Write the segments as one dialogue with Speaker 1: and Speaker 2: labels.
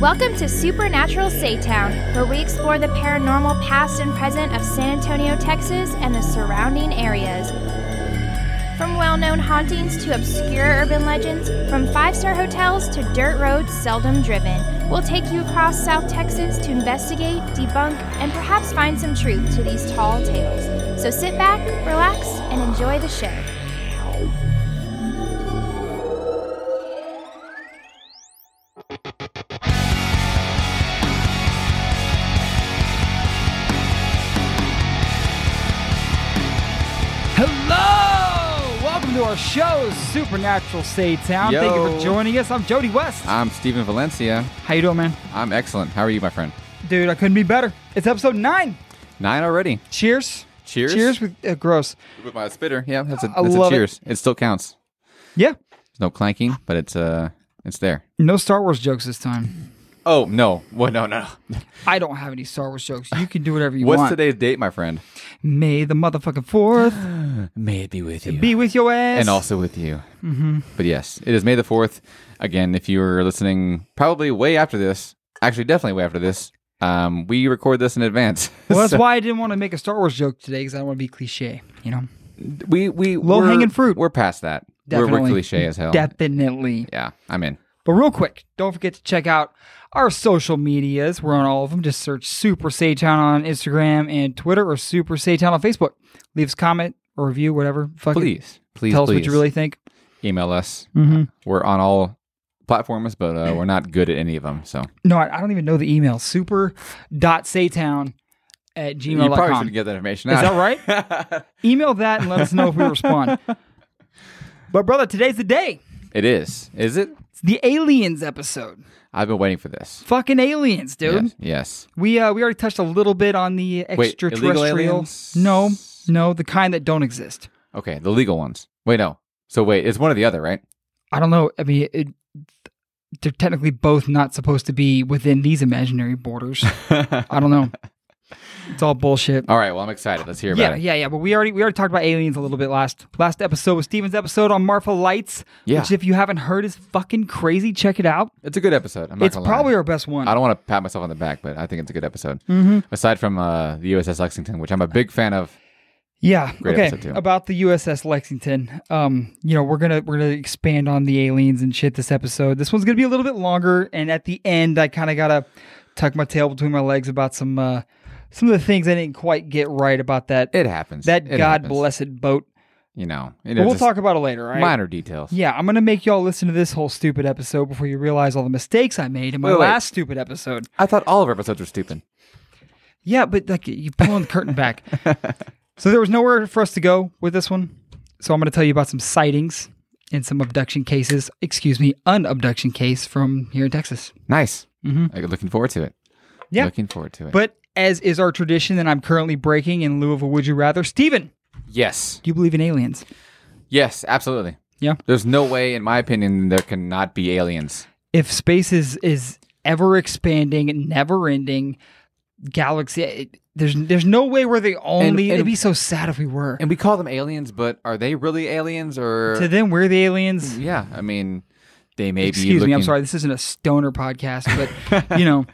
Speaker 1: Welcome to Supernatural Saytown, where we explore the paranormal past and present of San Antonio, Texas, and the surrounding areas. From well known hauntings to obscure urban legends, from five star hotels to dirt roads seldom driven, we'll take you across South Texas to investigate, debunk, and perhaps find some truth to these tall tales. So sit back, relax, and enjoy the show.
Speaker 2: Hello! Welcome to our show, Supernatural Say Town. Thank you
Speaker 3: Yo.
Speaker 2: for joining us. I'm Jody West.
Speaker 3: I'm Stephen Valencia.
Speaker 2: How you doing, man?
Speaker 3: I'm excellent. How are you, my friend?
Speaker 2: Dude, I couldn't be better. It's episode nine.
Speaker 3: Nine already.
Speaker 2: Cheers.
Speaker 3: Cheers.
Speaker 2: Cheers with uh, gross.
Speaker 3: With my spitter. Yeah, that's a,
Speaker 2: I
Speaker 3: that's a
Speaker 2: love it.
Speaker 3: cheers. It. still counts.
Speaker 2: Yeah.
Speaker 3: There's no clanking, but it's uh, it's there.
Speaker 2: No Star Wars jokes this time.
Speaker 3: Oh no! What? No, no.
Speaker 2: I don't have any Star Wars jokes. You can do whatever you
Speaker 3: What's
Speaker 2: want.
Speaker 3: today's date, my friend?
Speaker 2: May the motherfucking fourth
Speaker 3: May it be with you,
Speaker 2: be with your ass.
Speaker 3: and also with you. Mm-hmm. But yes, it is May the fourth. Again, if you are listening, probably way after this. Actually, definitely way after this. Um, we record this in advance.
Speaker 2: well, that's
Speaker 3: So
Speaker 2: why I didn't want to make a Star Wars joke today because I don't want to be cliche. You know,
Speaker 3: we we
Speaker 2: Low hanging
Speaker 3: we're-
Speaker 2: fruit.
Speaker 3: We're past that. We're,
Speaker 2: Definitely.
Speaker 3: we're cliche as hell.
Speaker 2: definitely.
Speaker 3: Yeah, I'm in.
Speaker 2: But real quick, don't forget to check out our social medias. We're on all of them. Just search Super Saytown on Instagram and Twitter or Super Saytown on Facebook. Leave us a comment or review, whatever. Fuck it.
Speaker 3: Please, please,
Speaker 2: Tell us what
Speaker 3: please.
Speaker 2: you really think.
Speaker 3: email us.
Speaker 2: Mhm.
Speaker 3: We're on all platforms, but uh, we're not good at any of them. So
Speaker 2: No, I, I don't even know the email. Super.saytown at
Speaker 3: you probably should
Speaker 2: gmail.com.
Speaker 3: get that information.
Speaker 2: Is
Speaker 3: Out.
Speaker 2: that right? email that and let us know if we respond. But brother, today's the day.
Speaker 3: It is. Is it?
Speaker 2: It's the aliens episode.
Speaker 3: I've been waiting for this.
Speaker 2: Fucking aliens, dude.
Speaker 3: Yes. yes.
Speaker 2: We uh, we already touched a little bit on the
Speaker 3: Wait,
Speaker 2: extraterrestrial.
Speaker 3: illegal aliens?
Speaker 2: No, no, the kind that don't exist.
Speaker 3: Okay, the legal ones. Wait, no. So wait, it's one or the other, right?
Speaker 2: I don't know. I mean, it, they're technically both not supposed to be within these imaginary borders. I don't know. It's all bullshit.
Speaker 3: All right. Well, I'm excited. Let's hear about
Speaker 2: Yeah,
Speaker 3: it.
Speaker 2: yeah, yeah. But we already we already talked about aliens a little bit last last episode with Steven's episode on Marfa Lights.
Speaker 3: Yeah.
Speaker 2: Which if you haven't heard is fucking crazy. Check it out.
Speaker 3: It's a good episode. I'm not
Speaker 2: it's
Speaker 3: gonna lie.
Speaker 2: probably our best one.
Speaker 3: I don't want to pat myself on the back, but I think it's a good episode. Mm-hmm. Aside from uh, the USS Lexington, which I'm a big fan of.
Speaker 2: Yeah.
Speaker 3: Great
Speaker 2: okay.
Speaker 3: episode, too.
Speaker 2: About the USS Lexington. Um, you know, we're gonna we're gonna expand on the aliens and shit this episode. This one's gonna be a little bit longer, and at the end, I kind of gotta tuck my tail between my legs about some uh some of the things I didn't quite get right about that
Speaker 3: It happens.
Speaker 2: that
Speaker 3: It
Speaker 2: God
Speaker 3: happens.
Speaker 2: blessed boat.
Speaker 3: You know,
Speaker 2: But we'll talk about it later, all right?
Speaker 3: minor details.
Speaker 2: Yeah, I'm gonna make y'all listen to this whole stupid episode before you realize all the mistakes I made in my
Speaker 3: Wait, wait.
Speaker 2: last stupid episode.
Speaker 3: I thought all of our episodes were stupid.
Speaker 2: Yeah, but like you pulling the curtain back. so there was nowhere for us to go with this one. So I'm going to tell you about some sightings and some abduction cases. Excuse me, unabduction case from here in Texas.
Speaker 3: Nice. Mm-hmm. Looking forward to it.
Speaker 2: Yeah.
Speaker 3: Looking forward to it.
Speaker 2: But as is our tradition, and I'm currently breaking in lieu of a would you rather. Steven,
Speaker 3: yes.
Speaker 2: do you believe in aliens?
Speaker 3: Yes, absolutely.
Speaker 2: Yeah.
Speaker 3: There's no way, in my opinion, there cannot be aliens.
Speaker 2: If space is is ever expanding, never ending, galaxy, it, there's there's no way we're the only.
Speaker 3: and-
Speaker 2: it'd be so sad if we were.
Speaker 3: And we call them aliens, but are they really aliens or
Speaker 2: to them, we're the aliens.
Speaker 3: Yeah, I mean they may be
Speaker 2: Excuse me, I'm
Speaker 3: looking-
Speaker 2: sorry. This isn't a stoner podcast, but you know,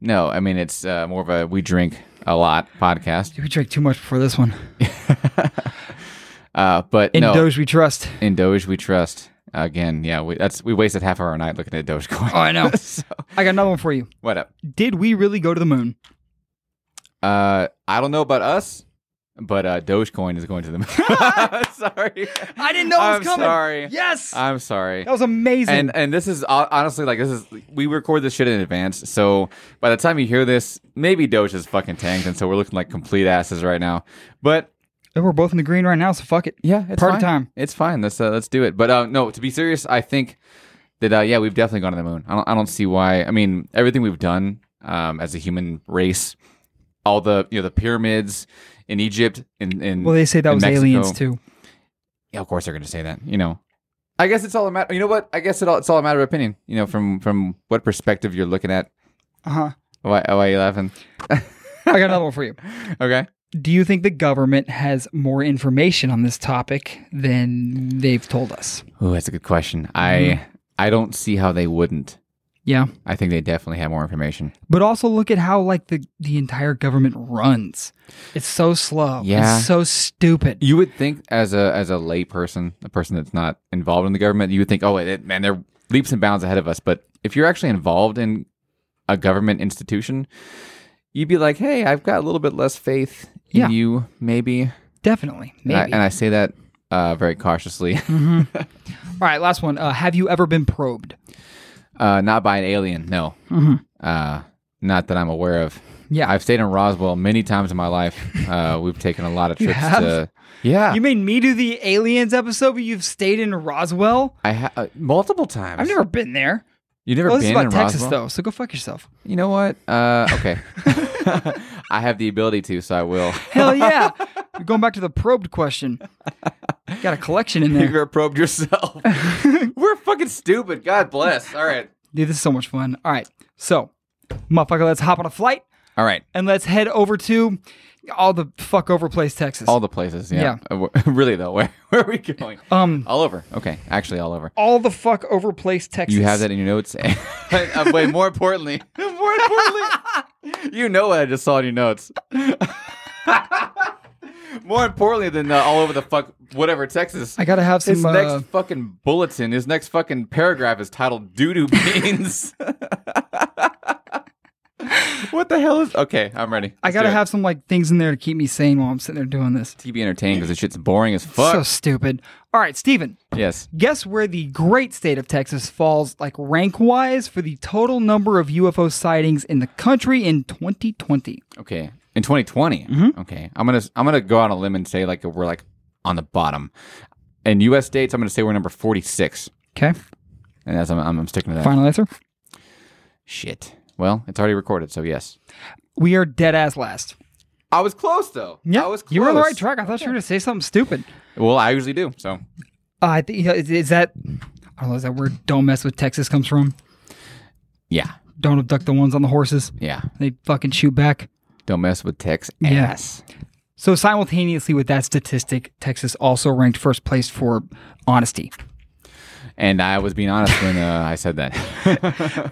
Speaker 3: No, I mean it's uh, more of a we drink a lot podcast.
Speaker 2: we drank too much before this one.
Speaker 3: Uh but
Speaker 2: In
Speaker 3: no
Speaker 2: Doge, we trust.
Speaker 3: in Doge we trust. Again, yeah, we that's we wasted half of our night looking at Dogecoin.
Speaker 2: Oh, I know.
Speaker 3: so,
Speaker 2: I got another one for you.
Speaker 3: what up?
Speaker 2: Did we really go to the moon?
Speaker 3: Uh I don't know about us, but uh Dogecoin is going to the moon. sorry.
Speaker 2: I didn't know it was
Speaker 3: I'm
Speaker 2: coming.
Speaker 3: sorry.
Speaker 2: Yes,
Speaker 3: I'm sorry.
Speaker 2: that was amazing.
Speaker 3: and and this is hon- honestly like this is we record this shit in advance, so by the time you hear this, maybe Doge is fucking tanked, and so we're looking like complete asses right now. But
Speaker 2: And we're both in the green right now, so fuck it.
Speaker 3: yeah, it's
Speaker 2: Party
Speaker 3: fine.
Speaker 2: time.
Speaker 3: It's fine. Let's uh, let's do it. But uh, no, to be serious, I think that uh, yeah, we've definitely gone to the moon. I don't I don't see why. I mean, everything we've done um, as a human race, all the you know the pyramids in Egypt in, in
Speaker 2: Well, they say that
Speaker 3: in
Speaker 2: was
Speaker 3: Mexico.
Speaker 2: aliens too.
Speaker 3: yeah, of course they're going to say that. You know, I guess it's all a matter. You know what? I guess it all, it's all a matter of opinion. You know, from from what perspective you're looking at.
Speaker 2: Uh huh.
Speaker 3: Why, why are you laughing?
Speaker 2: I got another one for you.
Speaker 3: Okay.
Speaker 2: Do you think the government has more information on this topic than they've told us?
Speaker 3: Mm-hmm. Oh, that's a good question. I I don't see how they wouldn't.
Speaker 2: Yeah.
Speaker 3: I think they definitely have more information.
Speaker 2: But also look at how like the the entire government runs. It's so slow.
Speaker 3: Yeah.
Speaker 2: It's so stupid.
Speaker 3: You would think, as a as a lay person, a person that's not involved in the government, you would think, oh, it, man, they're leaps and bounds ahead of us. But if you're actually involved in a government institution, you'd be like, hey, I've got a little bit less faith in
Speaker 2: Yeah.
Speaker 3: you, maybe.
Speaker 2: Definitely.
Speaker 3: And I,
Speaker 2: Maybe. Mm-hmm.
Speaker 3: and I say that uh, very cautiously,
Speaker 2: All right, last one. Uh, have you ever been probed?
Speaker 3: uh, not by an alien. No, uh, not that I'm aware of.
Speaker 2: Mm-hmm. Yeah.
Speaker 3: I've stayed in Roswell many times in my life. Uh, we've taken a lot of trips
Speaker 2: have?
Speaker 3: to. Yeah,
Speaker 2: You made me do the aliens episode, but you've stayed in Roswell.
Speaker 3: I ha- uh, multiple times.
Speaker 2: I've never been there.
Speaker 3: You've never
Speaker 2: Well, this is
Speaker 3: been
Speaker 2: about
Speaker 3: in
Speaker 2: Texas
Speaker 3: Roswell?
Speaker 2: though, so go fuck yourself.
Speaker 3: You know what? Uh, okay. I have the ability to, so I will.
Speaker 2: Hell yeah. You're going back to the probed question. Got a collection in
Speaker 3: You've
Speaker 2: there.
Speaker 3: ever probed yourself? We're fucking stupid. God bless. All right.
Speaker 2: Dude, this is so much fun. All right. So, motherfucker, let's hop on a flight
Speaker 3: All right.
Speaker 2: and let's head over to all the fuck over place, Texas.
Speaker 3: All the places. Yeah. Uh, wh- really though, where where are we going?
Speaker 2: um,
Speaker 3: all over. Okay. Actually, all over.
Speaker 2: all the fuck over place, Texas.
Speaker 3: You have that in your notes. Uh, Wait. More importantly. More importantly. you know what I just saw in your notes. more importantly than uh, all over the fuck whatever Texas.
Speaker 2: I gotta have
Speaker 3: His
Speaker 2: some. Uh,
Speaker 3: next fucking bulletin, his next fucking paragraph is titled "Doo Doo Beans." what the hell is? Okay, I'm ready.
Speaker 2: I
Speaker 3: Let's
Speaker 2: gotta
Speaker 3: do it.
Speaker 2: have some like things in there to keep me sane while I'm sitting there doing this.
Speaker 3: to be entertained because the shit's boring as
Speaker 2: So
Speaker 3: fuck.
Speaker 2: stupid. All right, Steven,
Speaker 3: yes,
Speaker 2: guess where the great state of Texas falls, like rank wise, for the total number of UFO sightings in the country in 2020.
Speaker 3: okay. In 2020,
Speaker 2: Mm-hmm.
Speaker 3: okay, I'm gonna I'm gonna go on a limb and say like we're like on the bottom. In U.S. states, I'm gonna say we're number 46,
Speaker 2: Okay,
Speaker 3: and that's I'm, I'm sticking to that.
Speaker 2: final answer.
Speaker 3: Shit. Well, it's already recorded, so yes.
Speaker 2: We are dead ass last.
Speaker 3: I was close though. I was close.
Speaker 2: you were on the right track. I thought you were gonna say something stupid.
Speaker 3: Well, I usually do. So
Speaker 2: Uh, I think is, is that I don't know. Is that where "Don't mess with Texas" comes from?
Speaker 3: yeah,
Speaker 2: Don't abduct the ones on the horses.
Speaker 3: yeah.
Speaker 2: They fucking shoot back.
Speaker 3: Don't mess with Tex.
Speaker 2: Yeah.
Speaker 3: Ass.
Speaker 2: So simultaneously with that statistic, Texas also ranked first place for honesty.
Speaker 3: And I was being honest when uh, I said that.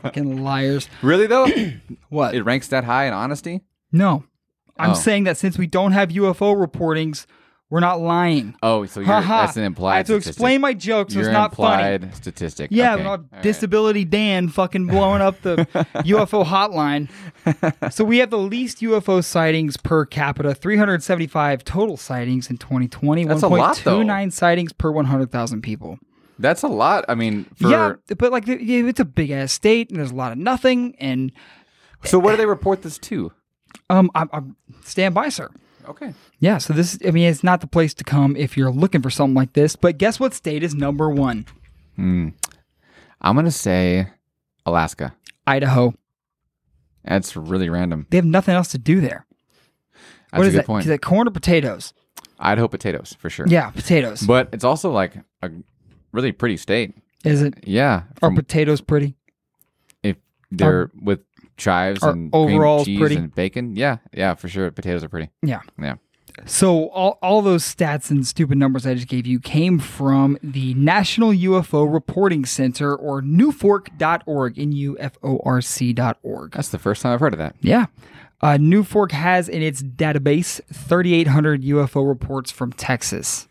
Speaker 2: Fucking liars.
Speaker 3: really though, it
Speaker 2: What?
Speaker 3: ranks that high in honesty.
Speaker 2: no. I'm
Speaker 3: Oh.
Speaker 2: saying that since we don't have UFO reportings, we're not lying.
Speaker 3: Oh, so you're,
Speaker 2: Ha ha.
Speaker 3: that's an implied.
Speaker 2: I have to
Speaker 3: statistic.
Speaker 2: explain my joke, so
Speaker 3: Your
Speaker 2: it's not
Speaker 3: implied
Speaker 2: funny.
Speaker 3: statistic.
Speaker 2: Yeah,
Speaker 3: Okay.
Speaker 2: but
Speaker 3: All
Speaker 2: not
Speaker 3: right.
Speaker 2: disability Dan fucking blowing up the UFO hotline. So we have the least UFO sightings per capita, 375 total sightings in 2020.
Speaker 3: That's a lot, though.
Speaker 2: 1.29 sightings per 100,000 people.
Speaker 3: That's a lot. I mean, for
Speaker 2: yeah, but like the- yeah, it's a big ass state, and there's a lot of nothing. And
Speaker 3: so where do they report this to?
Speaker 2: um, I'm, I'm stand by, sir.
Speaker 3: Okay,
Speaker 2: Yeah, so this, I mean, it's not the place to come if you're looking for something like this. But guess what state is number one?
Speaker 3: I'm gonna say Alaska.
Speaker 2: Idaho.
Speaker 3: That's really random.
Speaker 2: They have nothing else to do there.
Speaker 3: That's
Speaker 2: what
Speaker 3: a
Speaker 2: is
Speaker 3: good
Speaker 2: that?
Speaker 3: point.
Speaker 2: Is that corn or potatoes?
Speaker 3: Idaho potatoes for sure.
Speaker 2: Yeah, potatoes.
Speaker 3: but it's also like a really pretty state.
Speaker 2: is it?
Speaker 3: Yeah,
Speaker 2: Are
Speaker 3: from-
Speaker 2: potatoes pretty?
Speaker 3: if they're with chives
Speaker 2: are
Speaker 3: and
Speaker 2: overalls
Speaker 3: cream cheese
Speaker 2: pretty?
Speaker 3: and bacon. Yeah, yeah, for sure. Potatoes are pretty.
Speaker 2: Yeah.
Speaker 3: Yeah.
Speaker 2: So all, all those stats and stupid numbers I just gave you came from the National UFO Reporting Center or newfork.org, N-U-F-O-R-C.org.
Speaker 3: That's the first time I've heard of that.
Speaker 2: Yeah. Uh, New Fork has in its database 3,800 UFO reports from Texas.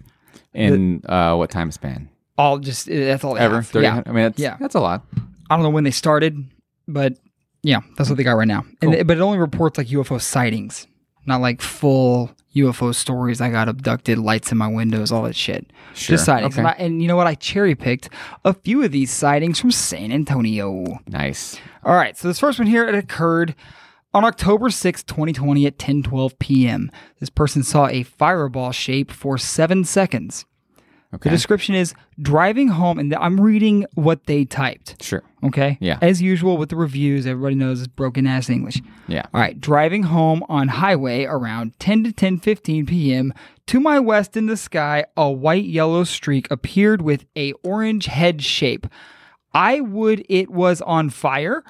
Speaker 3: In uh, what time span?
Speaker 2: All just, eh, that's all they
Speaker 3: Ever?
Speaker 2: have.
Speaker 3: 30,
Speaker 2: Yeah.
Speaker 3: I mean, that's,
Speaker 2: Yeah.
Speaker 3: that's a lot.
Speaker 2: I don't know when they started, but yeah, that's what they got right now. And it- but it only reports like UFO sightings, not like full UFO stories. I got abducted, lights in my windows, all that shit.
Speaker 3: Sure.
Speaker 2: Just sightings.
Speaker 3: Okay.
Speaker 2: And, I- and you know what? I cherry picked a few of these sightings from San Antonio.
Speaker 3: Nice.
Speaker 2: All right, so this first one here, it occurred on October sixth, 2020 at 10:12 p.m. This person saw a fireball shape for 7 seconds.
Speaker 3: Okay.
Speaker 2: The description is driving home and I'm reading what they typed.
Speaker 3: sure.
Speaker 2: Okay.
Speaker 3: Yeah.
Speaker 2: As usual with the reviews, everybody knows it's broken ass English.
Speaker 3: Yeah.
Speaker 2: All right. Driving home on highway around 10 to 10 15 p.m. To my west in the sky, a white yellow streak appeared with a orange head shape. I would it was on fire.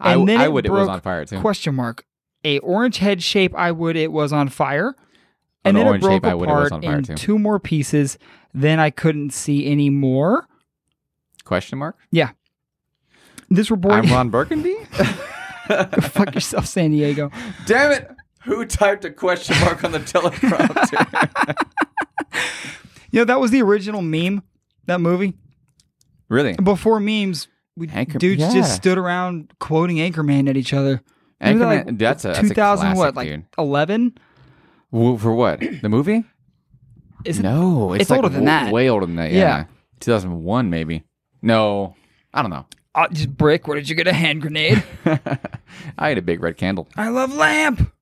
Speaker 3: I,
Speaker 2: and then
Speaker 3: I
Speaker 2: it
Speaker 3: would. It was
Speaker 2: broke-
Speaker 3: on fire too.
Speaker 2: Question mark. A orange head shape. I would it was on fire. And
Speaker 3: An
Speaker 2: then it
Speaker 3: orange
Speaker 2: broke
Speaker 3: shape, I would it was
Speaker 2: apart
Speaker 3: on fire
Speaker 2: in
Speaker 3: too.
Speaker 2: two more pieces. Then I couldn't see any more.
Speaker 3: Question mark.
Speaker 2: Yeah. this report.
Speaker 3: I'm Ron Burgundy.
Speaker 2: fuck yourself, San Diego.
Speaker 3: Damn it! Who typed a question mark on the teleprompter?
Speaker 2: You know that was the original meme. That movie
Speaker 3: really?
Speaker 2: before memes, we,
Speaker 3: Anchor-
Speaker 2: dudes
Speaker 3: yeah.
Speaker 2: just stood around quoting Anchorman at each other. Remember
Speaker 3: Anchorman-
Speaker 2: that, like,
Speaker 3: that's a that's a
Speaker 2: 2000
Speaker 3: classic,
Speaker 2: what like
Speaker 3: dude.
Speaker 2: 11
Speaker 3: W- For what? The movie?
Speaker 2: Is it-
Speaker 3: no, it's,
Speaker 2: it's
Speaker 3: like
Speaker 2: older than
Speaker 3: w-
Speaker 2: that.
Speaker 3: Way older than that. Yeah.
Speaker 2: Yeah.
Speaker 3: 2001 maybe. No, I don't know.
Speaker 2: oh, just brick where did you get a hand grenade
Speaker 3: I had a big red candle.
Speaker 2: I love lamp.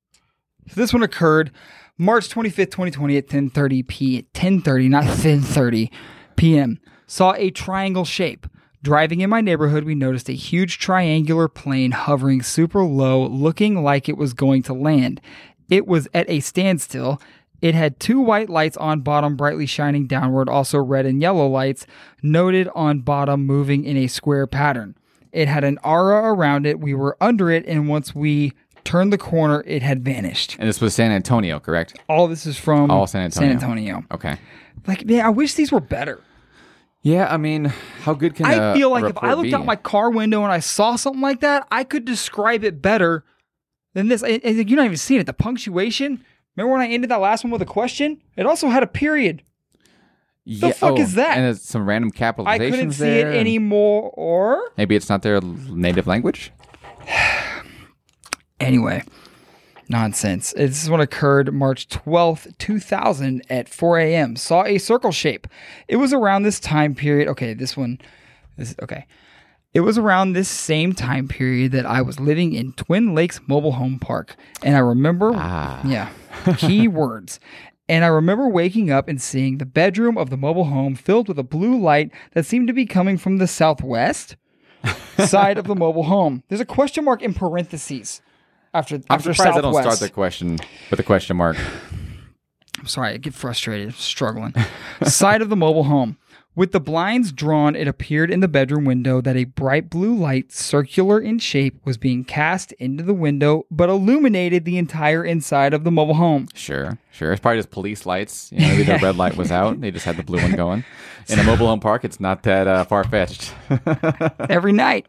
Speaker 2: So this one occurred March 25th, 2020 at 10:30 p 10:30, not 10:30 p.m. Saw a triangle shape. Driving in my neighborhood, we noticed a huge triangular plane hovering super low, looking like it was going to land. It was at a standstill. It had two white lights on bottom, brightly shining downward, also red and yellow lights noted on bottom, moving in a square pattern. It had an aura around it. We were under it, and once we turned the corner, it had vanished.
Speaker 3: And this was San Antonio, correct?
Speaker 2: All this is from
Speaker 3: All San Antonio.
Speaker 2: Antonio.
Speaker 3: Okay.
Speaker 2: Like, man, I wish these were better.
Speaker 3: Yeah, I mean, how good can
Speaker 2: I
Speaker 3: a-
Speaker 2: feel
Speaker 3: a
Speaker 2: like if I
Speaker 3: report
Speaker 2: looked
Speaker 3: be?
Speaker 2: out my car window and I saw something like that, I could describe it better than this. And- and you're not even seeing it. The punctuation. Remember when I ended that last one with a question? It also had a period.
Speaker 3: Yeah, oh,
Speaker 2: fuck is that?
Speaker 3: And there's some random capitalizations
Speaker 2: I couldn't see
Speaker 3: there,
Speaker 2: it
Speaker 3: and
Speaker 2: anymore. Or
Speaker 3: Maybe it's not their l- native language.
Speaker 2: Anyway, nonsense. This is what occurred March 12th, 2000 at 4 a.m. Saw a circle shape. It was around this time period. Okay, this one. This okay. It was around this same time period that I was living in Twin Lakes Mobile Home Park. And I remember
Speaker 3: Ah.
Speaker 2: yeah. Key words. And I remember waking up and seeing the bedroom of the mobile home filled with a blue light that seemed to be coming from the southwest side of the mobile home. There's a question mark in parentheses after
Speaker 3: I'm
Speaker 2: after
Speaker 3: surprised I
Speaker 2: southwest.
Speaker 3: don't start the question with a question mark.
Speaker 2: I'm sorry, I get frustrated, struggling. Side of the mobile home. With the blinds drawn, it appeared in the bedroom window that a bright blue light, circular in shape, was being cast into the window but illuminated the entire inside of the mobile home.
Speaker 3: Sure, sure. It's probably just police lights. You know, maybe the red light was out. They just had the blue one going. In a mobile home park, it's not that uh, far fetched.
Speaker 2: every night.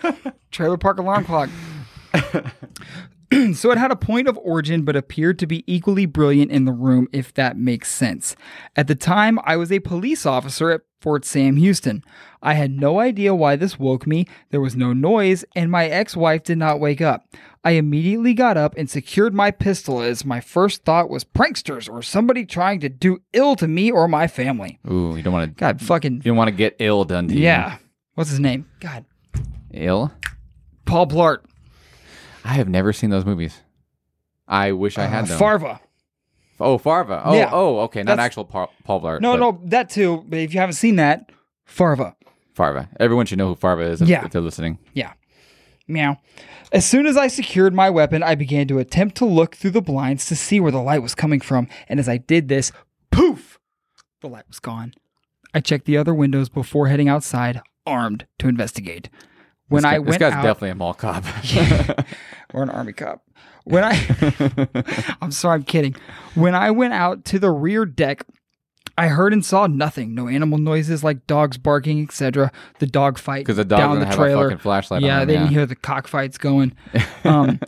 Speaker 2: Trailer park alarm clock. so it had a point of origin, but appeared to be equally brilliant in the room, if that makes sense. At the time, I was a police officer at Fort Sam Houston. I had no idea why this woke me, there was no noise, and my ex wife did not wake up. I immediately got up and secured my pistol, as my first thought was pranksters or somebody trying to do ill to me or my family.
Speaker 3: Ooh, you don't want to.
Speaker 2: God, fucking.
Speaker 3: You don't want to get ill done to you.
Speaker 2: Yeah. What's his name? God.
Speaker 3: Ill.
Speaker 2: Paul Blart.
Speaker 3: I have never seen those movies. I wish I had them.
Speaker 2: Uh-huh. Farva.
Speaker 3: oh, Farva. Oh,
Speaker 2: Uh, Yeah.
Speaker 3: oh, okay. Not
Speaker 2: That's-
Speaker 3: actual Paul, Paul Blart.
Speaker 2: No,
Speaker 3: but
Speaker 2: no, that too. But if you haven't seen that, Farva.
Speaker 3: Farva. Everyone should know who Farva is if,
Speaker 2: Yeah.
Speaker 3: if they're listening.
Speaker 2: Yeah. Meow. As soon as I secured my weapon, I began to attempt to look through the blinds to see where the light was coming from. And as I did this, poof, the light was gone. I checked the other windows before heading outside, armed to investigate. When
Speaker 3: this guy-
Speaker 2: I
Speaker 3: this
Speaker 2: went
Speaker 3: guy's
Speaker 2: out,
Speaker 3: definitely a mall cop.
Speaker 2: or an army cop. When I, I'm sorry, I'm kidding. When I went out to the rear deck, I heard and saw nothing. No animal noises like dogs barking, etc. The dog fight
Speaker 3: Because the dog
Speaker 2: down
Speaker 3: doesn't
Speaker 2: the
Speaker 3: have
Speaker 2: trailer.
Speaker 3: a fucking flashlight.
Speaker 2: yeah,
Speaker 3: on him,
Speaker 2: they didn't
Speaker 3: yeah.
Speaker 2: hear the cockfights going. Um,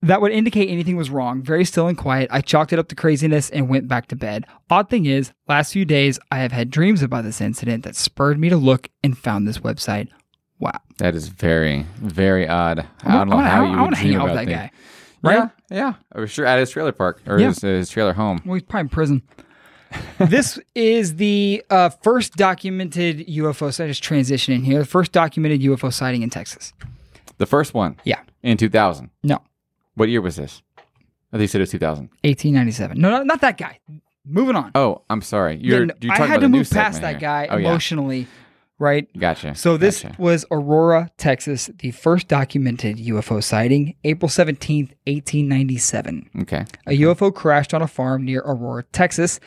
Speaker 2: that would indicate anything was wrong. Very still and quiet. I chalked it up to craziness and went back to bed. Odd thing is, last few days I have had dreams about this incident that spurred me to look and found this website. Wow.
Speaker 3: That is very, very odd. I
Speaker 2: I
Speaker 3: don't know
Speaker 2: wanna-
Speaker 3: how
Speaker 2: I
Speaker 3: you
Speaker 2: wanna
Speaker 3: would
Speaker 2: hang
Speaker 3: dream
Speaker 2: out with
Speaker 3: about
Speaker 2: that
Speaker 3: things.
Speaker 2: guy. Right?
Speaker 3: Yeah, yeah. Or sure, at his trailer park or
Speaker 2: Yeah.
Speaker 3: his, his trailer home.
Speaker 2: Well, he's probably in prison. this is the uh, first documented UFO. So I just transition in here. The first documented UFO sighting in Texas.
Speaker 3: The first one
Speaker 2: Yeah.
Speaker 3: in 2000.
Speaker 2: No.
Speaker 3: What year was this? Oh, they said it was 2000.
Speaker 2: 1897. No, no, not that guy. Moving on.
Speaker 3: Oh, I'm sorry. You're,
Speaker 2: Yeah, no,
Speaker 3: you're
Speaker 2: I
Speaker 3: talking
Speaker 2: had to
Speaker 3: about the new
Speaker 2: move past
Speaker 3: segment
Speaker 2: that guy
Speaker 3: here. Oh, yeah.
Speaker 2: emotionally, right?
Speaker 3: Gotcha.
Speaker 2: So this
Speaker 3: Gotcha.
Speaker 2: was Aurora, Texas, the first documented UFO sighting, April 17th, 1897.
Speaker 3: Okay.
Speaker 2: A UFO crashed on a farm near Aurora, Texas.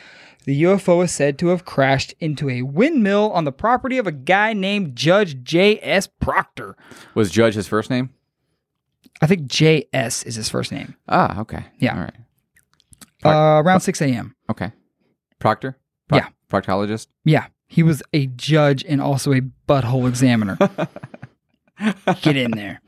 Speaker 2: The UFO is said to have crashed into a windmill on the property of a guy named Judge J.S. Proctor.
Speaker 3: Was Judge his first name?
Speaker 2: I think J.S. is his first name.
Speaker 3: Ah, okay.
Speaker 2: Yeah.
Speaker 3: All right.
Speaker 2: Uh, around 6 a.m.
Speaker 3: Okay. Proctor? Pro-
Speaker 2: Yeah.
Speaker 3: Proctologist?
Speaker 2: Yeah, he was a judge and also a butthole examiner. Get in there.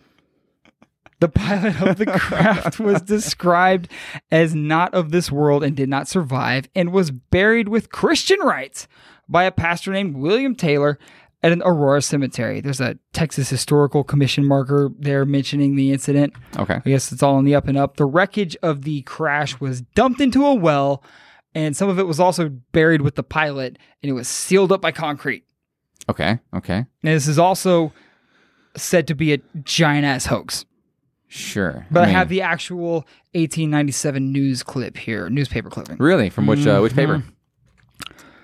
Speaker 2: The pilot of the craft was described as not of this world and did not survive, and was buried with Christian rites by a pastor named William Taylor at an Aurora cemetery. There's a Texas Historical Commission marker there mentioning the incident.
Speaker 3: Okay.
Speaker 2: I guess it's all in the up and up. The wreckage of the crash was dumped into a well, and some of it was also buried with the pilot, and it was sealed up by concrete.
Speaker 3: Okay. Okay.
Speaker 2: And this is also said to be a giant ass hoax.
Speaker 3: Sure.
Speaker 2: But I,
Speaker 3: mean,
Speaker 2: have the actual 1897 news clip here, newspaper clipping.
Speaker 3: Really? From which uh, which paper?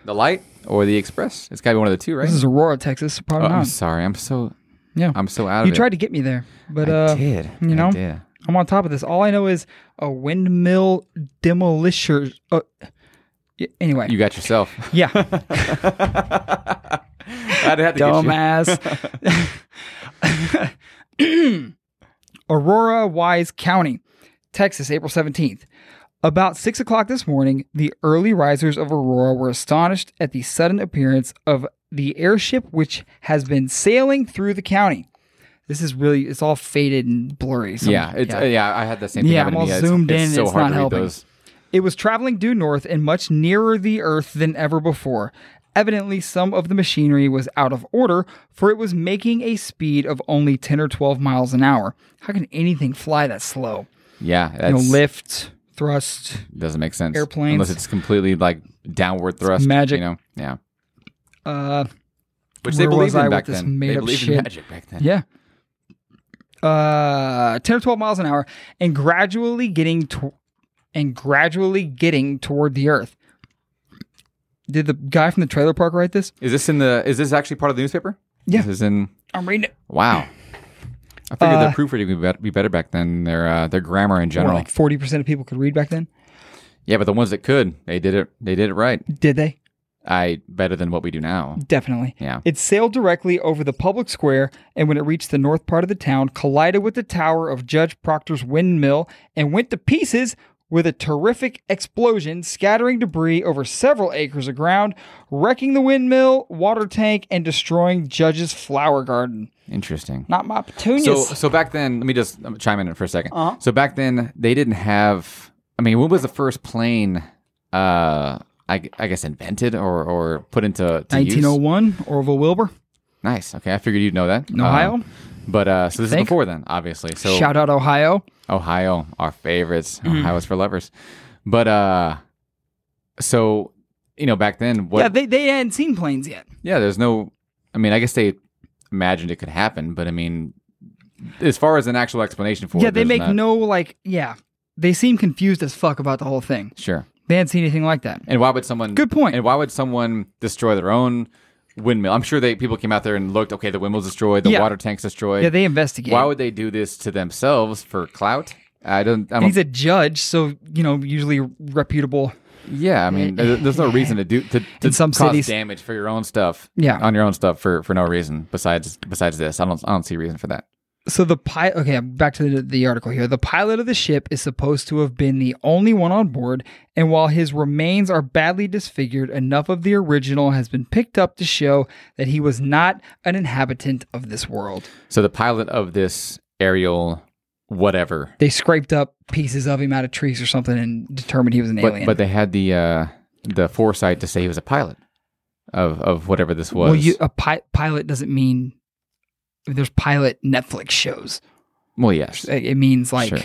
Speaker 3: The Light or the Express? It's got to be one of the two, right?
Speaker 2: Mm-hmm. This is Aurora, Texas.
Speaker 3: Oh,
Speaker 2: Probably
Speaker 3: I'm
Speaker 2: not.
Speaker 3: sorry. I'm so
Speaker 2: Yeah.
Speaker 3: I'm so out of
Speaker 2: you
Speaker 3: it.
Speaker 2: tried to get me there, but uh,
Speaker 3: I did.
Speaker 2: you know?
Speaker 3: I did.
Speaker 2: I'm on top of this. All I know is a windmill demolisher. Uh, y- anyway,
Speaker 3: You got yourself.
Speaker 2: yeah.
Speaker 3: I'd have to get you.
Speaker 2: Dumbass. Aurora Wise County, Texas, April 17th. About 6 o'clock this morning, the early risers of Aurora were astonished at the sudden appearance of the airship which has been sailing through the county. This is really, it's all faded and blurry. so-
Speaker 3: Yeah, it's, yeah. yeah, I had the same thing.
Speaker 2: Yeah,
Speaker 3: happen
Speaker 2: I'm all
Speaker 3: to me. It's-
Speaker 2: zoomed in,
Speaker 3: it's so
Speaker 2: it's
Speaker 3: hard
Speaker 2: not
Speaker 3: to read
Speaker 2: helping.
Speaker 3: those.
Speaker 2: It was traveling due north and much nearer the earth than ever before. Evidently, some of the machinery was out of order, for it was making a speed of only 10 or 12 miles an hour. How can anything fly that slow?
Speaker 3: Yeah,
Speaker 2: You know,
Speaker 3: that's,
Speaker 2: lift, thrust.
Speaker 3: doesn't make sense.
Speaker 2: airplanes.
Speaker 3: unless it's completely like downward thrust.
Speaker 2: magic.
Speaker 3: you know. Yeah,
Speaker 2: Uh,
Speaker 3: which
Speaker 2: Where
Speaker 3: they believed
Speaker 2: was
Speaker 3: in
Speaker 2: I with
Speaker 3: back
Speaker 2: this
Speaker 3: then. They
Speaker 2: made-up
Speaker 3: believed
Speaker 2: shit?
Speaker 3: in magic back then.
Speaker 2: yeah. Uh, 10 or 12 miles an hour and gradually getting to- and gradually getting toward the earth. Did the guy from the trailer park write this?
Speaker 3: Is this in the? Is this actually part of the newspaper?
Speaker 2: Yeah.
Speaker 3: This is in.
Speaker 2: I'm reading it.
Speaker 3: Wow. I figured
Speaker 2: Uh,
Speaker 3: their proofreading would be bet- be better back then. Their uh, their grammar in
Speaker 2: What,
Speaker 3: general.
Speaker 2: like 40% of people could read back then?
Speaker 3: yeah, but the ones that could, they did it. They did it right.
Speaker 2: Did they?
Speaker 3: I better than what we do now.
Speaker 2: Definitely.
Speaker 3: Yeah.
Speaker 2: It sailed directly over the public square and when it reached the north part of the town, collided with the tower of Judge Proctor's windmill and went to pieces with a terrific explosion, scattering debris over several acres of ground, wrecking the windmill, water tank, and destroying Judge's flower garden.
Speaker 3: Interesting.
Speaker 2: Not my
Speaker 3: So
Speaker 2: petunias.
Speaker 3: so back then, let me just um, chime in for a 2nd
Speaker 2: Uh-huh.
Speaker 3: So back then, they didn't have. I mean, when was the first plane? Uh, I, gu- I guess invented or or put into to use?
Speaker 2: 1901, Orville Wilbur,
Speaker 3: Nice. Okay, I figured you'd know that. Um,
Speaker 2: Ohio.
Speaker 3: but uh, so this is
Speaker 2: think.
Speaker 3: before then, obviously. So
Speaker 2: Shout out Mm-hmm. Ohio.
Speaker 3: Ohio, our favorites. Ohio's for lovers. But uh, so you know, back then, what?
Speaker 2: Yeah, they, they hadn't seen planes yet.
Speaker 3: yeah, there's no. I mean, I guess they imagined it could happen, but I mean, as far as an actual explanation for
Speaker 2: yeah,
Speaker 3: it,
Speaker 2: they
Speaker 3: there's
Speaker 2: make
Speaker 3: not-
Speaker 2: no, like, yeah. They seem confused as fuck about the whole thing.
Speaker 3: Sure.
Speaker 2: They hadn't seen anything like that.
Speaker 3: And why would someone?
Speaker 2: Good point.
Speaker 3: And why would someone destroy their own windmill? I'm sure they people came out there and looked. Okay, the windmill's destroyed. The
Speaker 2: Yeah.
Speaker 3: water tank's destroyed.
Speaker 2: Yeah, they investigate.
Speaker 3: why would they do this to themselves for clout? I don't. I
Speaker 2: And
Speaker 3: don't
Speaker 2: he's a judge, so you know, usually reputable.
Speaker 3: yeah, I mean, there- there's no reason to do to, to
Speaker 2: In some
Speaker 3: cause
Speaker 2: cities-
Speaker 3: damage for your own stuff.
Speaker 2: Yeah.
Speaker 3: on your own stuff for for no reason besides besides this. I don't I don't see reason for that.
Speaker 2: So the pilot. Okay, I'm back to the, the article here. The pilot of the ship is supposed to have been the only one on board, and while his remains are badly disfigured, enough of the original has been picked up to show that he was not an inhabitant of this world.
Speaker 3: So the pilot of this aerial whatever,
Speaker 2: They scraped up pieces of him out of trees or something and determined he was an
Speaker 3: but
Speaker 2: alien.
Speaker 3: but they had the uh the foresight to say he was a pilot of of whatever this was.
Speaker 2: well, you, a pi- pilot doesn't mean there's pilot Netflix shows.
Speaker 3: Well, yes.
Speaker 2: It it means like
Speaker 3: Sure.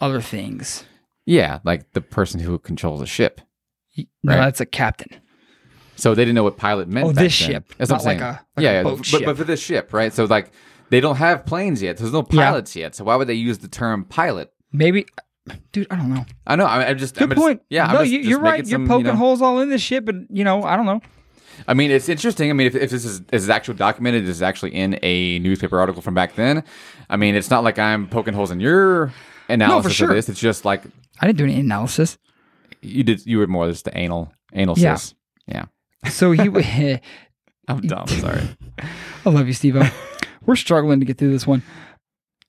Speaker 2: other things.
Speaker 3: Yeah, like the person who controls a ship.
Speaker 2: No,
Speaker 3: Right.
Speaker 2: that's a captain.
Speaker 3: So they didn't know what pilot meant.
Speaker 2: Oh,
Speaker 3: back
Speaker 2: this
Speaker 3: then.
Speaker 2: ship,
Speaker 3: That's what
Speaker 2: not
Speaker 3: I'm saying.
Speaker 2: like a- like
Speaker 3: yeah,
Speaker 2: a
Speaker 3: yeah,
Speaker 2: boat
Speaker 3: but,
Speaker 2: ship.
Speaker 3: but for this ship, right? So like they don't have planes yet. There's no
Speaker 2: Yeah.
Speaker 3: pilots yet. So why would they use the term pilot?
Speaker 2: Maybe, dude, I don't know.
Speaker 3: I know. I, I just
Speaker 2: Good
Speaker 3: I'm just-
Speaker 2: point.
Speaker 3: yeah, I'm
Speaker 2: no,
Speaker 3: just-
Speaker 2: you,
Speaker 3: just
Speaker 2: you're right.
Speaker 3: making
Speaker 2: You're
Speaker 3: some,
Speaker 2: poking
Speaker 3: you know-
Speaker 2: holes all in this shit, but you know, I don't know.
Speaker 3: I mean, it's interesting. I mean, if, if this is, is actually documented, this is actually in a newspaper article from back then. I mean, it's not like I'm poking holes in your analysis
Speaker 2: sure.
Speaker 3: of this. It's just like
Speaker 2: I didn't do any analysis.
Speaker 3: you did. You were more just the anal anal
Speaker 2: Yeah.
Speaker 3: cis. Yeah.
Speaker 2: So he, w-
Speaker 3: I'm dumb. Sorry.
Speaker 2: I love you, Steve. We're struggling to get through this one.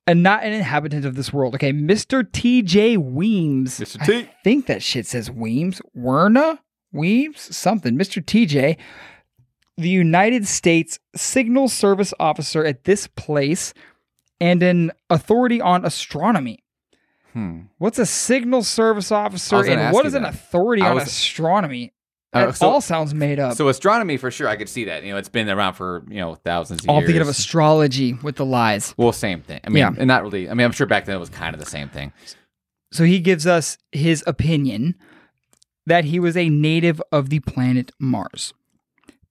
Speaker 2: And not an inhabitant of this world. Okay, Mr. T.J. Weems.
Speaker 3: Mr. T.
Speaker 2: I think that shit says Weems. Werner? Weems? Something. Mr. T.J., the United States Signal Service officer at this place and an authority on astronomy.
Speaker 3: Hmm.
Speaker 2: What's a signal service officer
Speaker 3: was gonna
Speaker 2: and
Speaker 3: ask
Speaker 2: what
Speaker 3: you
Speaker 2: is an
Speaker 3: that.
Speaker 2: authority
Speaker 3: I
Speaker 2: on
Speaker 3: was-
Speaker 2: astronomy?
Speaker 3: Uh,
Speaker 2: That
Speaker 3: so-
Speaker 2: all sounds made up.
Speaker 3: So astronomy for sure, I could see that. You know, it's been around for you know thousands. Of
Speaker 2: all Oh, I'm
Speaker 3: years.
Speaker 2: thinking of astrology with the lies.
Speaker 3: Well, same thing. I mean,
Speaker 2: Yeah.
Speaker 3: and not really. I mean, I'm sure back then it was kind of the same thing.
Speaker 2: So he gives us his opinion that he was a native of the planet Mars.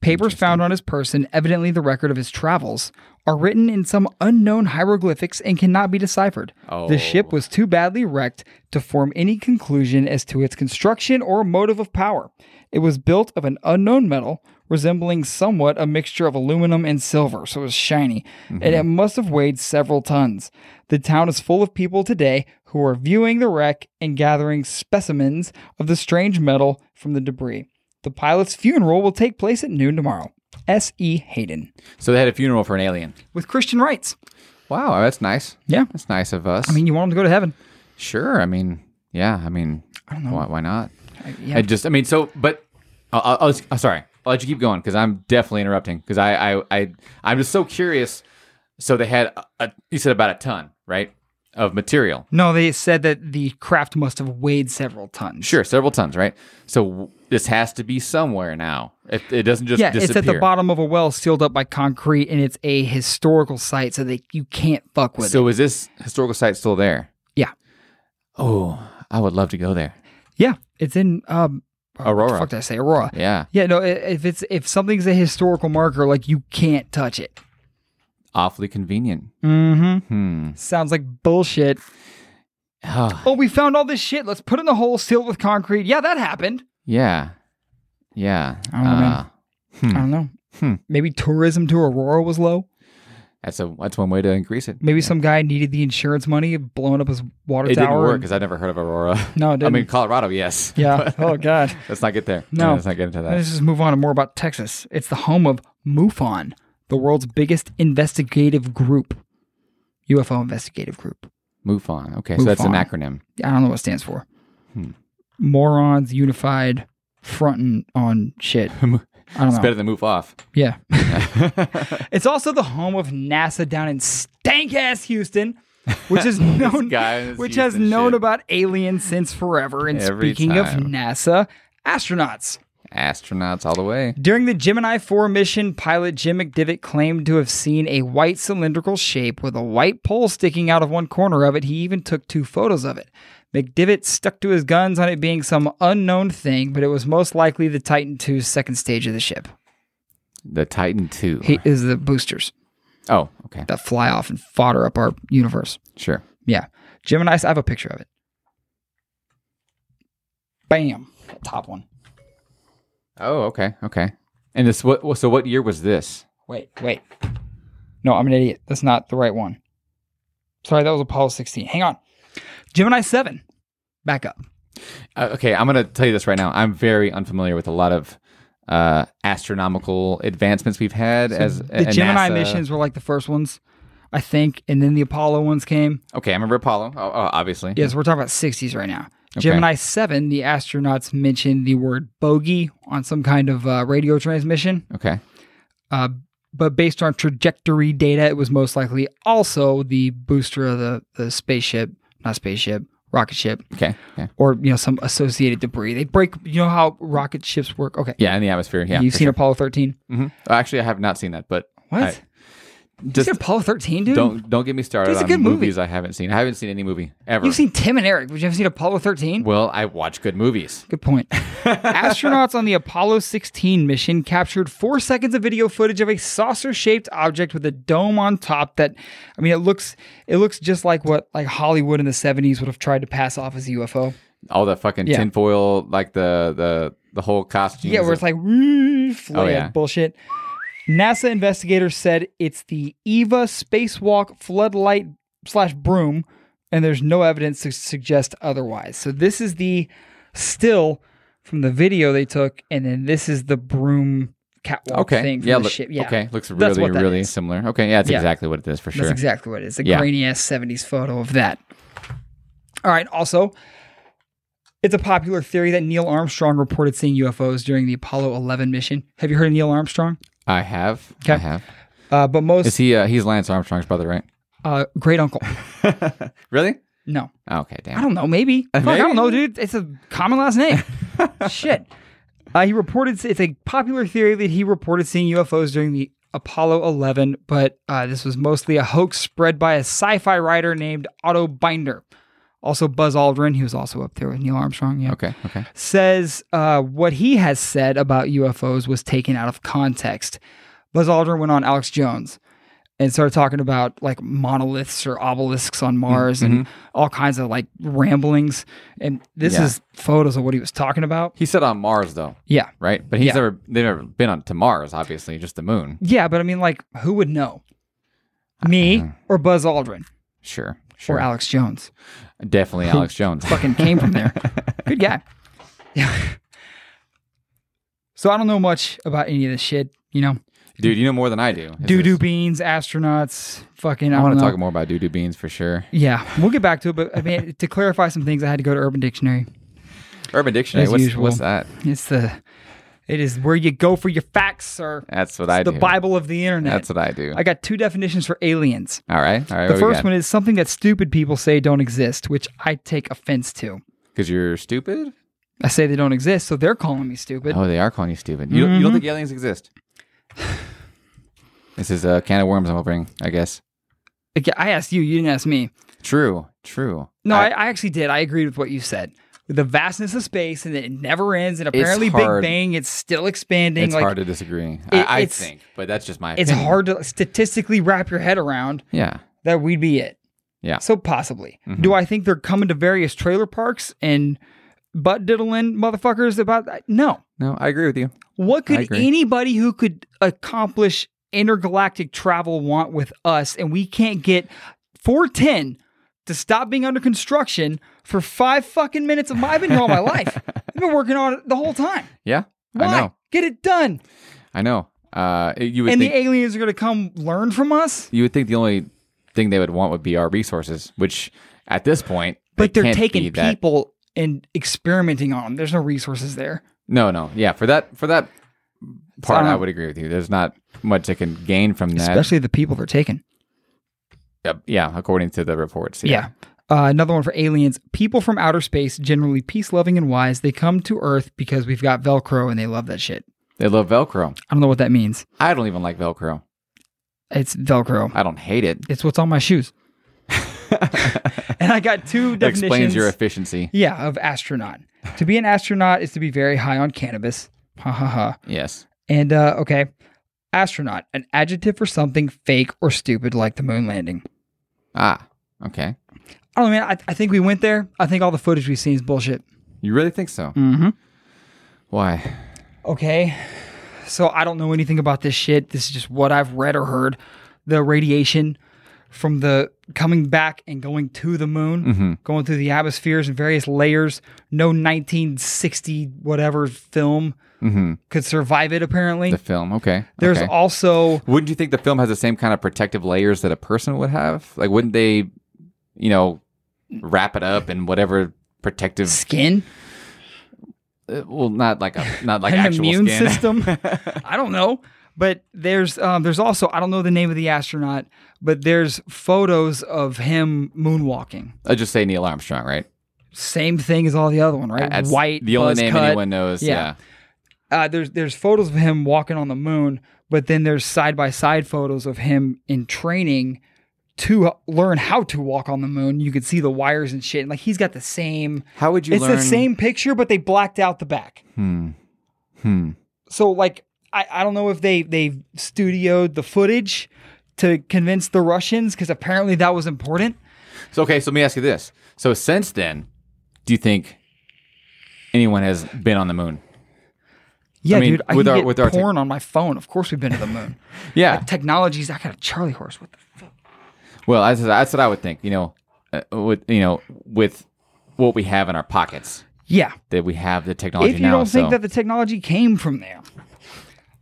Speaker 2: Papers found on his person, evidently the record of his travels, are written in some unknown hieroglyphics and cannot be deciphered.
Speaker 3: Oh.
Speaker 2: The ship was too badly wrecked to form any conclusion as to its construction or motive of power. It was built of an unknown metal resembling somewhat a mixture of aluminum and silver, so it was shiny, and it must have weighed several tons. The town is full of people today who are viewing the wreck and gathering specimens of the strange metal from the debris. The pilot's funeral will take place at noon tomorrow. S.E. Hayden.
Speaker 3: So they had a funeral for an alien.
Speaker 2: With Christian rights.
Speaker 3: Wow, that's nice.
Speaker 2: Yeah.
Speaker 3: That's nice of us.
Speaker 2: I mean, you want him to go to heaven.
Speaker 3: sure. I mean, yeah. I mean, I don't know. Why, why not?
Speaker 2: I- yeah.
Speaker 3: I just, I mean, so, but I'll, I'll, I'll, am sorry. I'll let you keep going because I'm definitely interrupting because I, I, I, I'm just so curious. So they had, a, a, you said about a ton, right, of material.
Speaker 2: No, they said that the craft must have weighed several tons.
Speaker 3: Sure, several tons, right? So w- this has to be somewhere now. It, it doesn't just
Speaker 2: Yeah,
Speaker 3: disappear.
Speaker 2: it's at the bottom of a well sealed up by concrete, and it's a historical site, so that you can't fuck with it.
Speaker 3: So is this historical site still there?
Speaker 2: Yeah.
Speaker 3: Oh, I would love to go there.
Speaker 2: Yeah, it's in um, oh,
Speaker 3: Aurora.
Speaker 2: what the Fuck, did I say Aurora?
Speaker 3: Yeah,
Speaker 2: Yeah, no. i- If it's if something's a historical marker, like you can't touch it.
Speaker 3: awfully convenient.
Speaker 2: Mm-hmm.
Speaker 3: Hmm.
Speaker 2: Sounds like bullshit.
Speaker 3: Oh,
Speaker 2: Oh, we found all this shit. Let's put it in the hole sealed with concrete. Yeah, that happened.
Speaker 3: yeah, yeah. uh,
Speaker 2: I don't know, man. I don't know.
Speaker 3: Hmm.
Speaker 2: Maybe tourism to Aurora was low.
Speaker 3: that's a that's one way to increase it.
Speaker 2: Maybe some guy needed the insurance money of blowing up his water
Speaker 3: It didn't
Speaker 2: tower.
Speaker 3: work
Speaker 2: and-
Speaker 3: because I never heard of Aurora.
Speaker 2: No, it
Speaker 3: I
Speaker 2: didn't.
Speaker 3: mean Colorado, yes.
Speaker 2: Yeah. oh God.
Speaker 3: let's not get there.
Speaker 2: No.
Speaker 3: let's not get into that.
Speaker 2: Let's just move on to more about Texas. It's the home of MUFON, the world's biggest investigative group, UFO investigative group.
Speaker 3: Move on. Okay,
Speaker 2: Move
Speaker 3: so that's
Speaker 2: on.
Speaker 3: an acronym.
Speaker 2: I don't know what it stands for.
Speaker 3: Hmm.
Speaker 2: Morons unified fronting on shit. I don't
Speaker 3: It's
Speaker 2: know.
Speaker 3: better than move off.
Speaker 2: Yeah. it's also the home of NASA down in stank ass Houston, which is known
Speaker 3: guy and his
Speaker 2: which has
Speaker 3: Houston
Speaker 2: known
Speaker 3: shit.
Speaker 2: about aliens since forever. And
Speaker 3: Every
Speaker 2: speaking of
Speaker 3: time.
Speaker 2: NASA, astronauts.
Speaker 3: Astronauts all the way.
Speaker 2: During the Gemini 4 mission, pilot Jim McDivitt claimed to have seen a white cylindrical shape with a white pole sticking out of one corner of it. He even took two photos of it. McDivitt stuck to his guns on it being some unknown thing, but it was most likely the Titan II's second stage of the ship.
Speaker 3: The Titan Two.
Speaker 2: He is the boosters
Speaker 3: oh, okay,
Speaker 2: that fly off and fodder up our universe.
Speaker 3: sure.
Speaker 2: Yeah. Gemini, I have a picture of it. Bam. Top one.
Speaker 3: Oh, okay, okay. And this what? well, So what year was this?
Speaker 2: Wait, wait. No, I'm an idiot. That's not the right one. Sorry, that was Apollo 16. Hang on. Gemini 7. Back up.
Speaker 3: Uh, okay, I'm gonna tell you this right now. I'm very unfamiliar with a lot of uh, astronomical advancements we've had as
Speaker 2: The
Speaker 3: a- a
Speaker 2: Gemini
Speaker 3: NASA.
Speaker 2: missions were like the first ones, I think, and then the Apollo ones came.
Speaker 3: Okay, I remember Apollo. Oh, oh, obviously.
Speaker 2: Yes, we're talking about 60s right now. Gemini 7, the astronauts mentioned the word bogey on some kind of uh, radio transmission,
Speaker 3: Okay.
Speaker 2: but based on trajectory data, it was most likely also the booster of the, the spaceship, not spaceship, rocket ship,
Speaker 3: Okay. Okay.
Speaker 2: or you know some associated debris. They break. You know how rocket ships work. Okay,
Speaker 3: Yeah, in the atmosphere. Yeah.
Speaker 2: you've
Speaker 3: for
Speaker 2: seen
Speaker 3: sure.
Speaker 2: Apollo thirteen.
Speaker 3: hmm Actually, I have not seen that, but
Speaker 2: What?
Speaker 3: I-
Speaker 2: You've
Speaker 3: just
Speaker 2: seen Apollo thirteen, dude.
Speaker 3: don't don't get me started
Speaker 2: It's a
Speaker 3: on
Speaker 2: good movie.
Speaker 3: movies I haven't seen. I haven't seen any movie ever.
Speaker 2: You've seen Tim and Eric, but you haven't seen Apollo thirteen.
Speaker 3: well, I watch good movies.
Speaker 2: Good point. Astronauts on the Apollo 16 mission captured four seconds of video footage of a saucer-shaped object with a dome on top. That, I mean, it looks it looks just like what like Hollywood in the 70s would have tried to pass off as a UFO.
Speaker 3: All the fucking
Speaker 2: Yeah.
Speaker 3: tinfoil, like the the the whole costume.
Speaker 2: Yeah, where it's like "Woo, fly
Speaker 3: Oh,
Speaker 2: up,"
Speaker 3: yeah.
Speaker 2: bullshit. NASA investigators said it's the EVA spacewalk floodlight slash broom, and there's no evidence to suggest otherwise. So this is the still from the video they took, and then this is the broom catwalk
Speaker 3: okay.
Speaker 2: thing from
Speaker 3: yeah,
Speaker 2: the
Speaker 3: look-
Speaker 2: ship. Yeah,
Speaker 3: Okay. Looks
Speaker 2: That's
Speaker 3: really
Speaker 2: what that
Speaker 3: really
Speaker 2: is.
Speaker 3: similar. Okay. Yeah, it's
Speaker 2: Yeah.
Speaker 3: exactly what it is for sure.
Speaker 2: That's exactly what it is. A
Speaker 3: Yeah.
Speaker 2: grainy ass 70s photo of that. All right. Also, it's a popular theory that Neil Armstrong reported seeing UFOs during the Apollo 11 mission. Have you heard of Neil Armstrong?
Speaker 3: I have.
Speaker 2: Okay.
Speaker 3: I have.
Speaker 2: Uh, but most,
Speaker 3: Is he? Uh, he's Lance Armstrong's brother, right?
Speaker 2: Uh, great uncle.
Speaker 3: Really?
Speaker 2: No,
Speaker 3: Oh, okay, damn.
Speaker 2: I don't know. Maybe. Fuck, I
Speaker 3: maybe.
Speaker 2: don't know, dude. It's a common last name. Shit. Uh, he reported. It's a popular theory that he reported seeing UFOs during the Apollo 11, but uh, this was mostly a hoax spread by a sci-fi writer named Otto Binder. Also, Buzz Aldrin. He was also up there with Neil Armstrong. Yeah.
Speaker 3: okay, okay.
Speaker 2: says uh, what he has said about UFOs was taken out of context. Buzz Aldrin went on Alex Jones and started talking about like monoliths or obelisks on Mars and all kinds of like ramblings. And this
Speaker 3: Mm-hmm. Yeah.
Speaker 2: is photos of what he was talking about.
Speaker 3: He said on Mars though,
Speaker 2: Yeah.
Speaker 3: right? But he's
Speaker 2: Yeah.
Speaker 3: never they've never been on to Mars, obviously, just the moon.
Speaker 2: Yeah. But I mean, like, who would know? Me or Buzz Aldrin
Speaker 3: Sure, Uh, sure.
Speaker 2: or Alex Jones?
Speaker 3: Definitely Alex Jones.
Speaker 2: fucking came from there. Good guy. Yeah. So I don't know much about any of this shit, you know?
Speaker 3: Dude, you know more than I do. This
Speaker 2: doo
Speaker 3: is-
Speaker 2: doo beans, astronauts, fucking. I,
Speaker 3: I
Speaker 2: want
Speaker 3: want
Speaker 2: do
Speaker 3: to talk more about doo doo beans for sure.
Speaker 2: Yeah, we'll get back to it. But I mean, to clarify some things, I had to go to Urban Dictionary.
Speaker 3: Urban Dictionary.
Speaker 2: As
Speaker 3: What's,
Speaker 2: usual.
Speaker 3: what's that?
Speaker 2: It's the, it is where you go for your facts, sir.
Speaker 3: That's what
Speaker 2: It's
Speaker 3: I
Speaker 2: the
Speaker 3: do.
Speaker 2: Bible of the internet.
Speaker 3: That's what I do.
Speaker 2: I got two definitions for aliens.
Speaker 3: all right, all right.
Speaker 2: The first one is something that stupid people say don't exist, which I take offense to.
Speaker 3: because you're stupid.
Speaker 2: I say they don't exist, so they're calling me stupid.
Speaker 3: Oh, they are calling you stupid. You,
Speaker 2: Mm-hmm.
Speaker 3: you don't think aliens exist? This is a can of worms I'm opening, I guess.
Speaker 2: Okay, I asked you, you didn't ask me.
Speaker 3: True, true.
Speaker 2: No, I, I actually did. I agreed with what you said. The vastness of space and that it never ends, and apparently Big
Speaker 3: hard.
Speaker 2: Bang, it's still expanding.
Speaker 3: it's
Speaker 2: like,
Speaker 3: hard to disagree. I, I
Speaker 2: it's-
Speaker 3: think, but that's just my.
Speaker 2: it's
Speaker 3: opinion.
Speaker 2: hard to statistically wrap your head around
Speaker 3: Yeah,
Speaker 2: that we'd be it.
Speaker 3: Yeah. Mm-hmm.
Speaker 2: So possibly. Do I think they're coming to various trailer parks and butt diddling motherfuckers about that? No.
Speaker 3: no, I agree with you.
Speaker 2: What
Speaker 3: I
Speaker 2: could
Speaker 3: agree.
Speaker 2: anybody who could accomplish intergalactic travel want with us? And we can't get 410 to stop being under construction for five fucking minutes of my I've been here all my life. I've been working on it the whole time.
Speaker 3: Yeah,
Speaker 2: Why?
Speaker 3: I know,
Speaker 2: Get it done.
Speaker 3: I know. Uh, you would
Speaker 2: and
Speaker 3: think
Speaker 2: the aliens are gonna come learn from us?
Speaker 3: you would think the only thing they would want would be our resources, which at this point,
Speaker 2: but
Speaker 3: they
Speaker 2: they're
Speaker 3: can't be
Speaker 2: taking
Speaker 3: that-
Speaker 2: people and experimenting on them. There's no resources there.
Speaker 3: No, no, yeah, for that for that part,
Speaker 2: don't-
Speaker 3: I would agree with you. There's not much they can gain from that.
Speaker 2: Especially the people they're taking.
Speaker 3: Yep, yeah, according to the reports.
Speaker 2: Yeah. Uh, another one for aliens. People from outer space, generally peace loving and wise, they come to Earth because we've got Velcro and they love that shit.
Speaker 3: they love Velcro.
Speaker 2: I don't know what that means.
Speaker 3: I don't even like Velcro.
Speaker 2: It's Velcro.
Speaker 3: I don't hate it.
Speaker 2: It's what's on my shoes. and I got two
Speaker 3: It
Speaker 2: definitions.
Speaker 3: explains your efficiency.
Speaker 2: yeah, of astronaut. to be an astronaut is to be very high on cannabis. Ha ha ha.
Speaker 3: Yes.
Speaker 2: And uh, okay, astronaut, an adjective for something fake or stupid like the moon landing.
Speaker 3: Ah. Okay.
Speaker 2: I don't know, Oh, man. I, I think we went there. I think all the footage we've seen is bullshit.
Speaker 3: You really think so?
Speaker 2: Mm-hmm.
Speaker 3: Why?
Speaker 2: Okay. So I don't know anything about this shit. This is just what I've read or heard. The radiation from the coming back and going to the moon,
Speaker 3: Mm-hmm.
Speaker 2: going through the atmospheres and various layers. No 1960 whatever film could survive it, apparently.
Speaker 3: Mm-hmm. The film. Okay.
Speaker 2: There's
Speaker 3: okay.
Speaker 2: also.
Speaker 3: Wouldn't you think the film has the same kind of protective layers that a person would have? Like, wouldn't they, you know, wrap it up in whatever protective?
Speaker 2: Skin,
Speaker 3: uh, well, not like a not like
Speaker 2: an
Speaker 3: actual
Speaker 2: immune
Speaker 3: skin.
Speaker 2: system. I don't know, but there's um, there's also I don't know the name of the astronaut, but there's photos of him moonwalking.
Speaker 3: I just say Neil Armstrong, right?
Speaker 2: Same thing as all the other one, right?
Speaker 3: That's
Speaker 2: White,
Speaker 3: The only
Speaker 2: buzz
Speaker 3: name
Speaker 2: cut.
Speaker 3: anyone knows.
Speaker 2: Yeah.
Speaker 3: Yeah.
Speaker 2: Uh, there's there's photos of him walking on the moon, but then there's side by side photos of him in training to learn how to walk on the moon. You could see the wires and shit. And like he's got the same.
Speaker 3: How would you?
Speaker 2: it's
Speaker 3: learn...
Speaker 2: the same picture, but they blacked out the back.
Speaker 3: Hmm. Hmm.
Speaker 2: so like I, I don't know if they they studioed the footage to convince the Russians because apparently that was important.
Speaker 3: So okay, so let me ask you this. So since then, do you think anyone has been on the moon?
Speaker 2: Yeah,
Speaker 3: mean,
Speaker 2: dude. I
Speaker 3: with
Speaker 2: can
Speaker 3: our-
Speaker 2: get
Speaker 3: with our tech-
Speaker 2: porn on my phone. Of course, we've been to the moon.
Speaker 3: Yeah.
Speaker 2: Technologies. I got a Charlie horse. What the fuck?
Speaker 3: Well, that's, that's what I would think. You know, uh, with you know, with what we have in our pockets,
Speaker 2: Yeah.
Speaker 3: that we have the technology
Speaker 2: if you
Speaker 3: now.
Speaker 2: don't think
Speaker 3: so-
Speaker 2: that the technology came from there,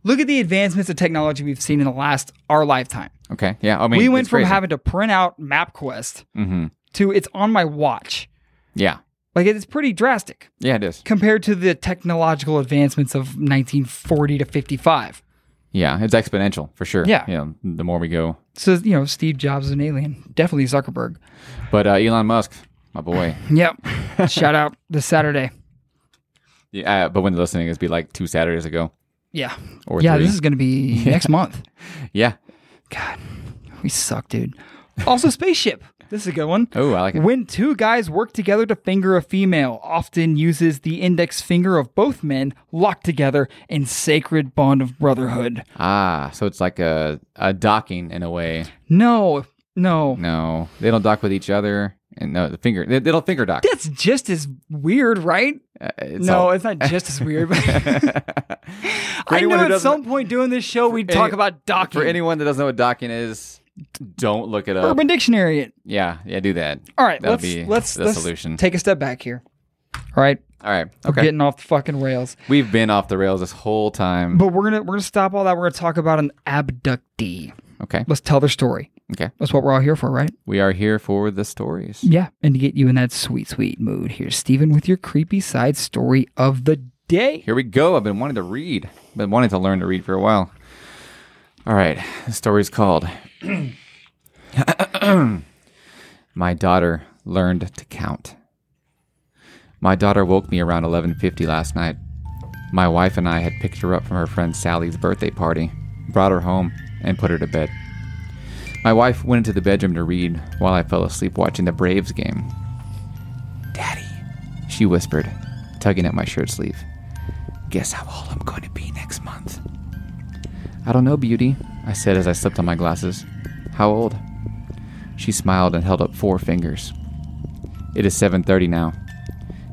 Speaker 2: look at the advancements of technology we've seen in the last our lifetime.
Speaker 3: okay, yeah. I mean,
Speaker 2: We went
Speaker 3: it's
Speaker 2: from
Speaker 3: crazy. Mm-hmm.
Speaker 2: having to print out MapQuest to it's on my watch.
Speaker 3: yeah,
Speaker 2: Like it's pretty drastic.
Speaker 3: yeah, it is.
Speaker 2: compared to the technological advancements of 1940 to 55.
Speaker 3: Yeah, it's exponential for sure.
Speaker 2: Yeah.
Speaker 3: you know, the more we go.
Speaker 2: So you know, Steve Jobs is an alien. Definitely Zuckerberg.
Speaker 3: But uh, Elon Musk, my boy.
Speaker 2: Yep. Shout out this Saturday.
Speaker 3: yeah, uh, but when listening, it's be like two Saturdays ago
Speaker 2: Yeah.
Speaker 3: or
Speaker 2: yeah,
Speaker 3: three.
Speaker 2: this is gonna be next month.
Speaker 3: yeah.
Speaker 2: God, we suck, dude. Also, spaceship. This is a good one.
Speaker 3: Oh, I like it.
Speaker 2: When two guys work together to finger a female, often uses the index finger of both men locked together in sacred bond of brotherhood.
Speaker 3: Ah, so it's like a a docking in a way.
Speaker 2: No, no.
Speaker 3: No, they don't dock with each other, and no, the finger they, they don't finger dock.
Speaker 2: That's just as weird, right?
Speaker 3: Uh, it's
Speaker 2: no,
Speaker 3: all-
Speaker 2: it's not just as weird. But I
Speaker 3: anyone
Speaker 2: know
Speaker 3: who
Speaker 2: at
Speaker 3: doesn't-
Speaker 2: some point during this show we'd talk
Speaker 3: any-
Speaker 2: about docking.
Speaker 3: for anyone that doesn't know what docking is, don't look it up.
Speaker 2: Urban Dictionary. It.
Speaker 3: Yeah, yeah, do that.
Speaker 2: All right,
Speaker 3: That'll
Speaker 2: let's
Speaker 3: be
Speaker 2: let's
Speaker 3: the
Speaker 2: let's
Speaker 3: solution.
Speaker 2: take a step back here. All right,
Speaker 3: All right,
Speaker 2: we're
Speaker 3: okay.
Speaker 2: getting off the fucking rails.
Speaker 3: We've been off the rails this whole time.
Speaker 2: But we're gonna we're gonna stop all that. We're gonna talk about an abductee.
Speaker 3: Okay,
Speaker 2: Let's tell their story.
Speaker 3: okay.
Speaker 2: That's what we're all here for, right?
Speaker 3: We are here for the stories.
Speaker 2: Yeah. And to get you in that sweet, sweet mood, here's Steven with your creepy side story of the day.
Speaker 3: Here we go. I've been wanting to read. Been wanting to learn to read for a while. All right. The story's called My Daughter Learned to Count. My daughter woke me around 11:50 last night. My wife and I had picked her up from her friend Sally's birthday party, brought her home, and put her to bed. My wife went into the bedroom to read while I fell asleep watching the Braves game. "Daddy," she whispered, tugging at my shirt sleeve. Guess how old I'm going to be next month. I don't know, beauty, I said as I slipped on my glasses. How old? She smiled and held up four fingers. It is 7:30 now.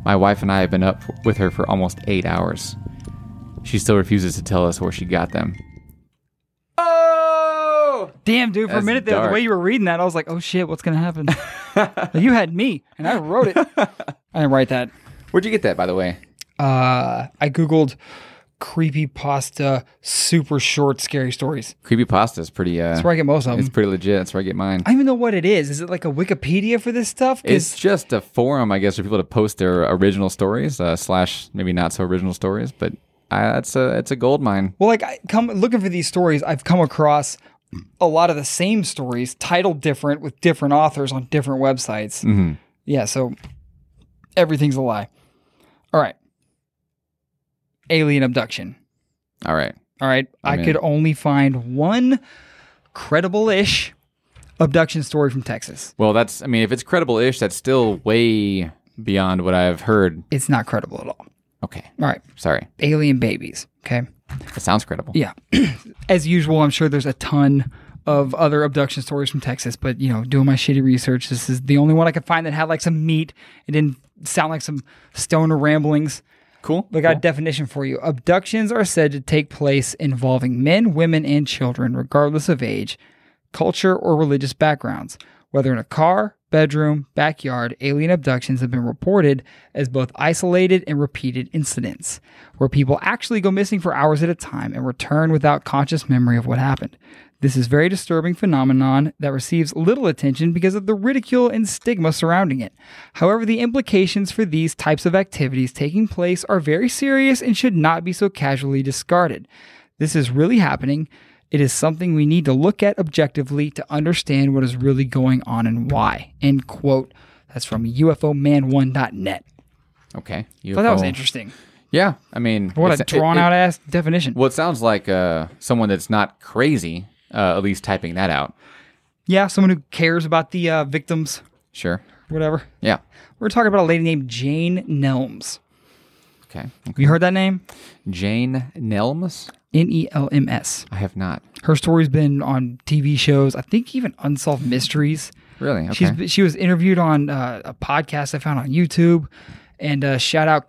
Speaker 3: My wife and I have been up with her for almost 8 hours. She still refuses to tell us where she got them. Oh!
Speaker 2: Damn, dude, for
Speaker 3: That's
Speaker 2: a minute there,
Speaker 3: dark.
Speaker 2: the way you were reading that, I was like, oh shit, what's gonna happen? you had me, and I wrote it. I didn't write that.
Speaker 3: Where'd you get that by the way?
Speaker 2: Uh, I Googled creepy pasta super short scary stories.
Speaker 3: Creepy pasta is pretty uh
Speaker 2: That's where I get most of
Speaker 3: it's
Speaker 2: them.
Speaker 3: pretty legit. That's where I get mine.
Speaker 2: I don't even know what it is. Is it like a Wikipedia for this stuff? 'Cause-
Speaker 3: It's just a forum, I guess, for people to post their original stories, uh, slash maybe not so original stories, but uh, it's a it's a gold mine.
Speaker 2: Well, like I come looking for these stories, I've come across a lot of the same stories, titled different with different authors on different websites.
Speaker 3: Mm-hmm.
Speaker 2: Yeah, so everything's a lie. All right. Alien abduction.
Speaker 3: All right,
Speaker 2: All right. I,
Speaker 3: I'm in.
Speaker 2: could only find one credible ish abduction story from Texas.
Speaker 3: well that's I mean if it's credible ish, that's still way beyond what I've heard.
Speaker 2: It's not credible at all.
Speaker 3: Okay,
Speaker 2: All right.
Speaker 3: sorry,
Speaker 2: Alien babies. Okay.
Speaker 3: it sounds credible.
Speaker 2: Yeah. As usual, I'm sure there's a ton of other abduction stories from Texas, but you know, doing my shitty research, this is the only one I could find that had like some meat. It didn't sound like some stoner ramblings.
Speaker 3: Cool.
Speaker 2: But I got a definition for you. Abductions are said to take place involving men, women, and children, regardless of age, culture, or religious backgrounds. Whether in a car, bedroom, backyard, alien abductions have been reported as both isolated and repeated incidents, where people actually go missing for hours at a time and return without conscious memory of what happened. This is a very disturbing phenomenon that receives little attention because of the ridicule and stigma surrounding it. However, the implications for these types of activities taking place are very serious and should not be so casually discarded. This is really happening. It is something we need to look at objectively to understand what is really going on and why. End quote. That's from UFOman1.net.
Speaker 3: Okay.
Speaker 2: I thought that was
Speaker 3: UFO.
Speaker 2: interesting.
Speaker 3: Yeah, I mean,
Speaker 2: What
Speaker 3: it's-
Speaker 2: a
Speaker 3: it-
Speaker 2: drawn
Speaker 3: it-
Speaker 2: out ass definition.
Speaker 3: Well, it sounds like uh, someone that's not crazy, uh, at least typing that out.
Speaker 2: Yeah, someone who cares about the uh, victims,
Speaker 3: Sure.
Speaker 2: whatever.
Speaker 3: Yeah.
Speaker 2: We're talking about a lady named Jane Nelms.
Speaker 3: Okay.
Speaker 2: Have you heard that name?
Speaker 3: Jane Nelms.
Speaker 2: N E L M S.
Speaker 3: I have not
Speaker 2: Her story's been on TV shows. I think even Unsolved Mysteries.
Speaker 3: really. Okay.
Speaker 2: She's she was interviewed on uh, a podcast I found on YouTube, and uh, shout out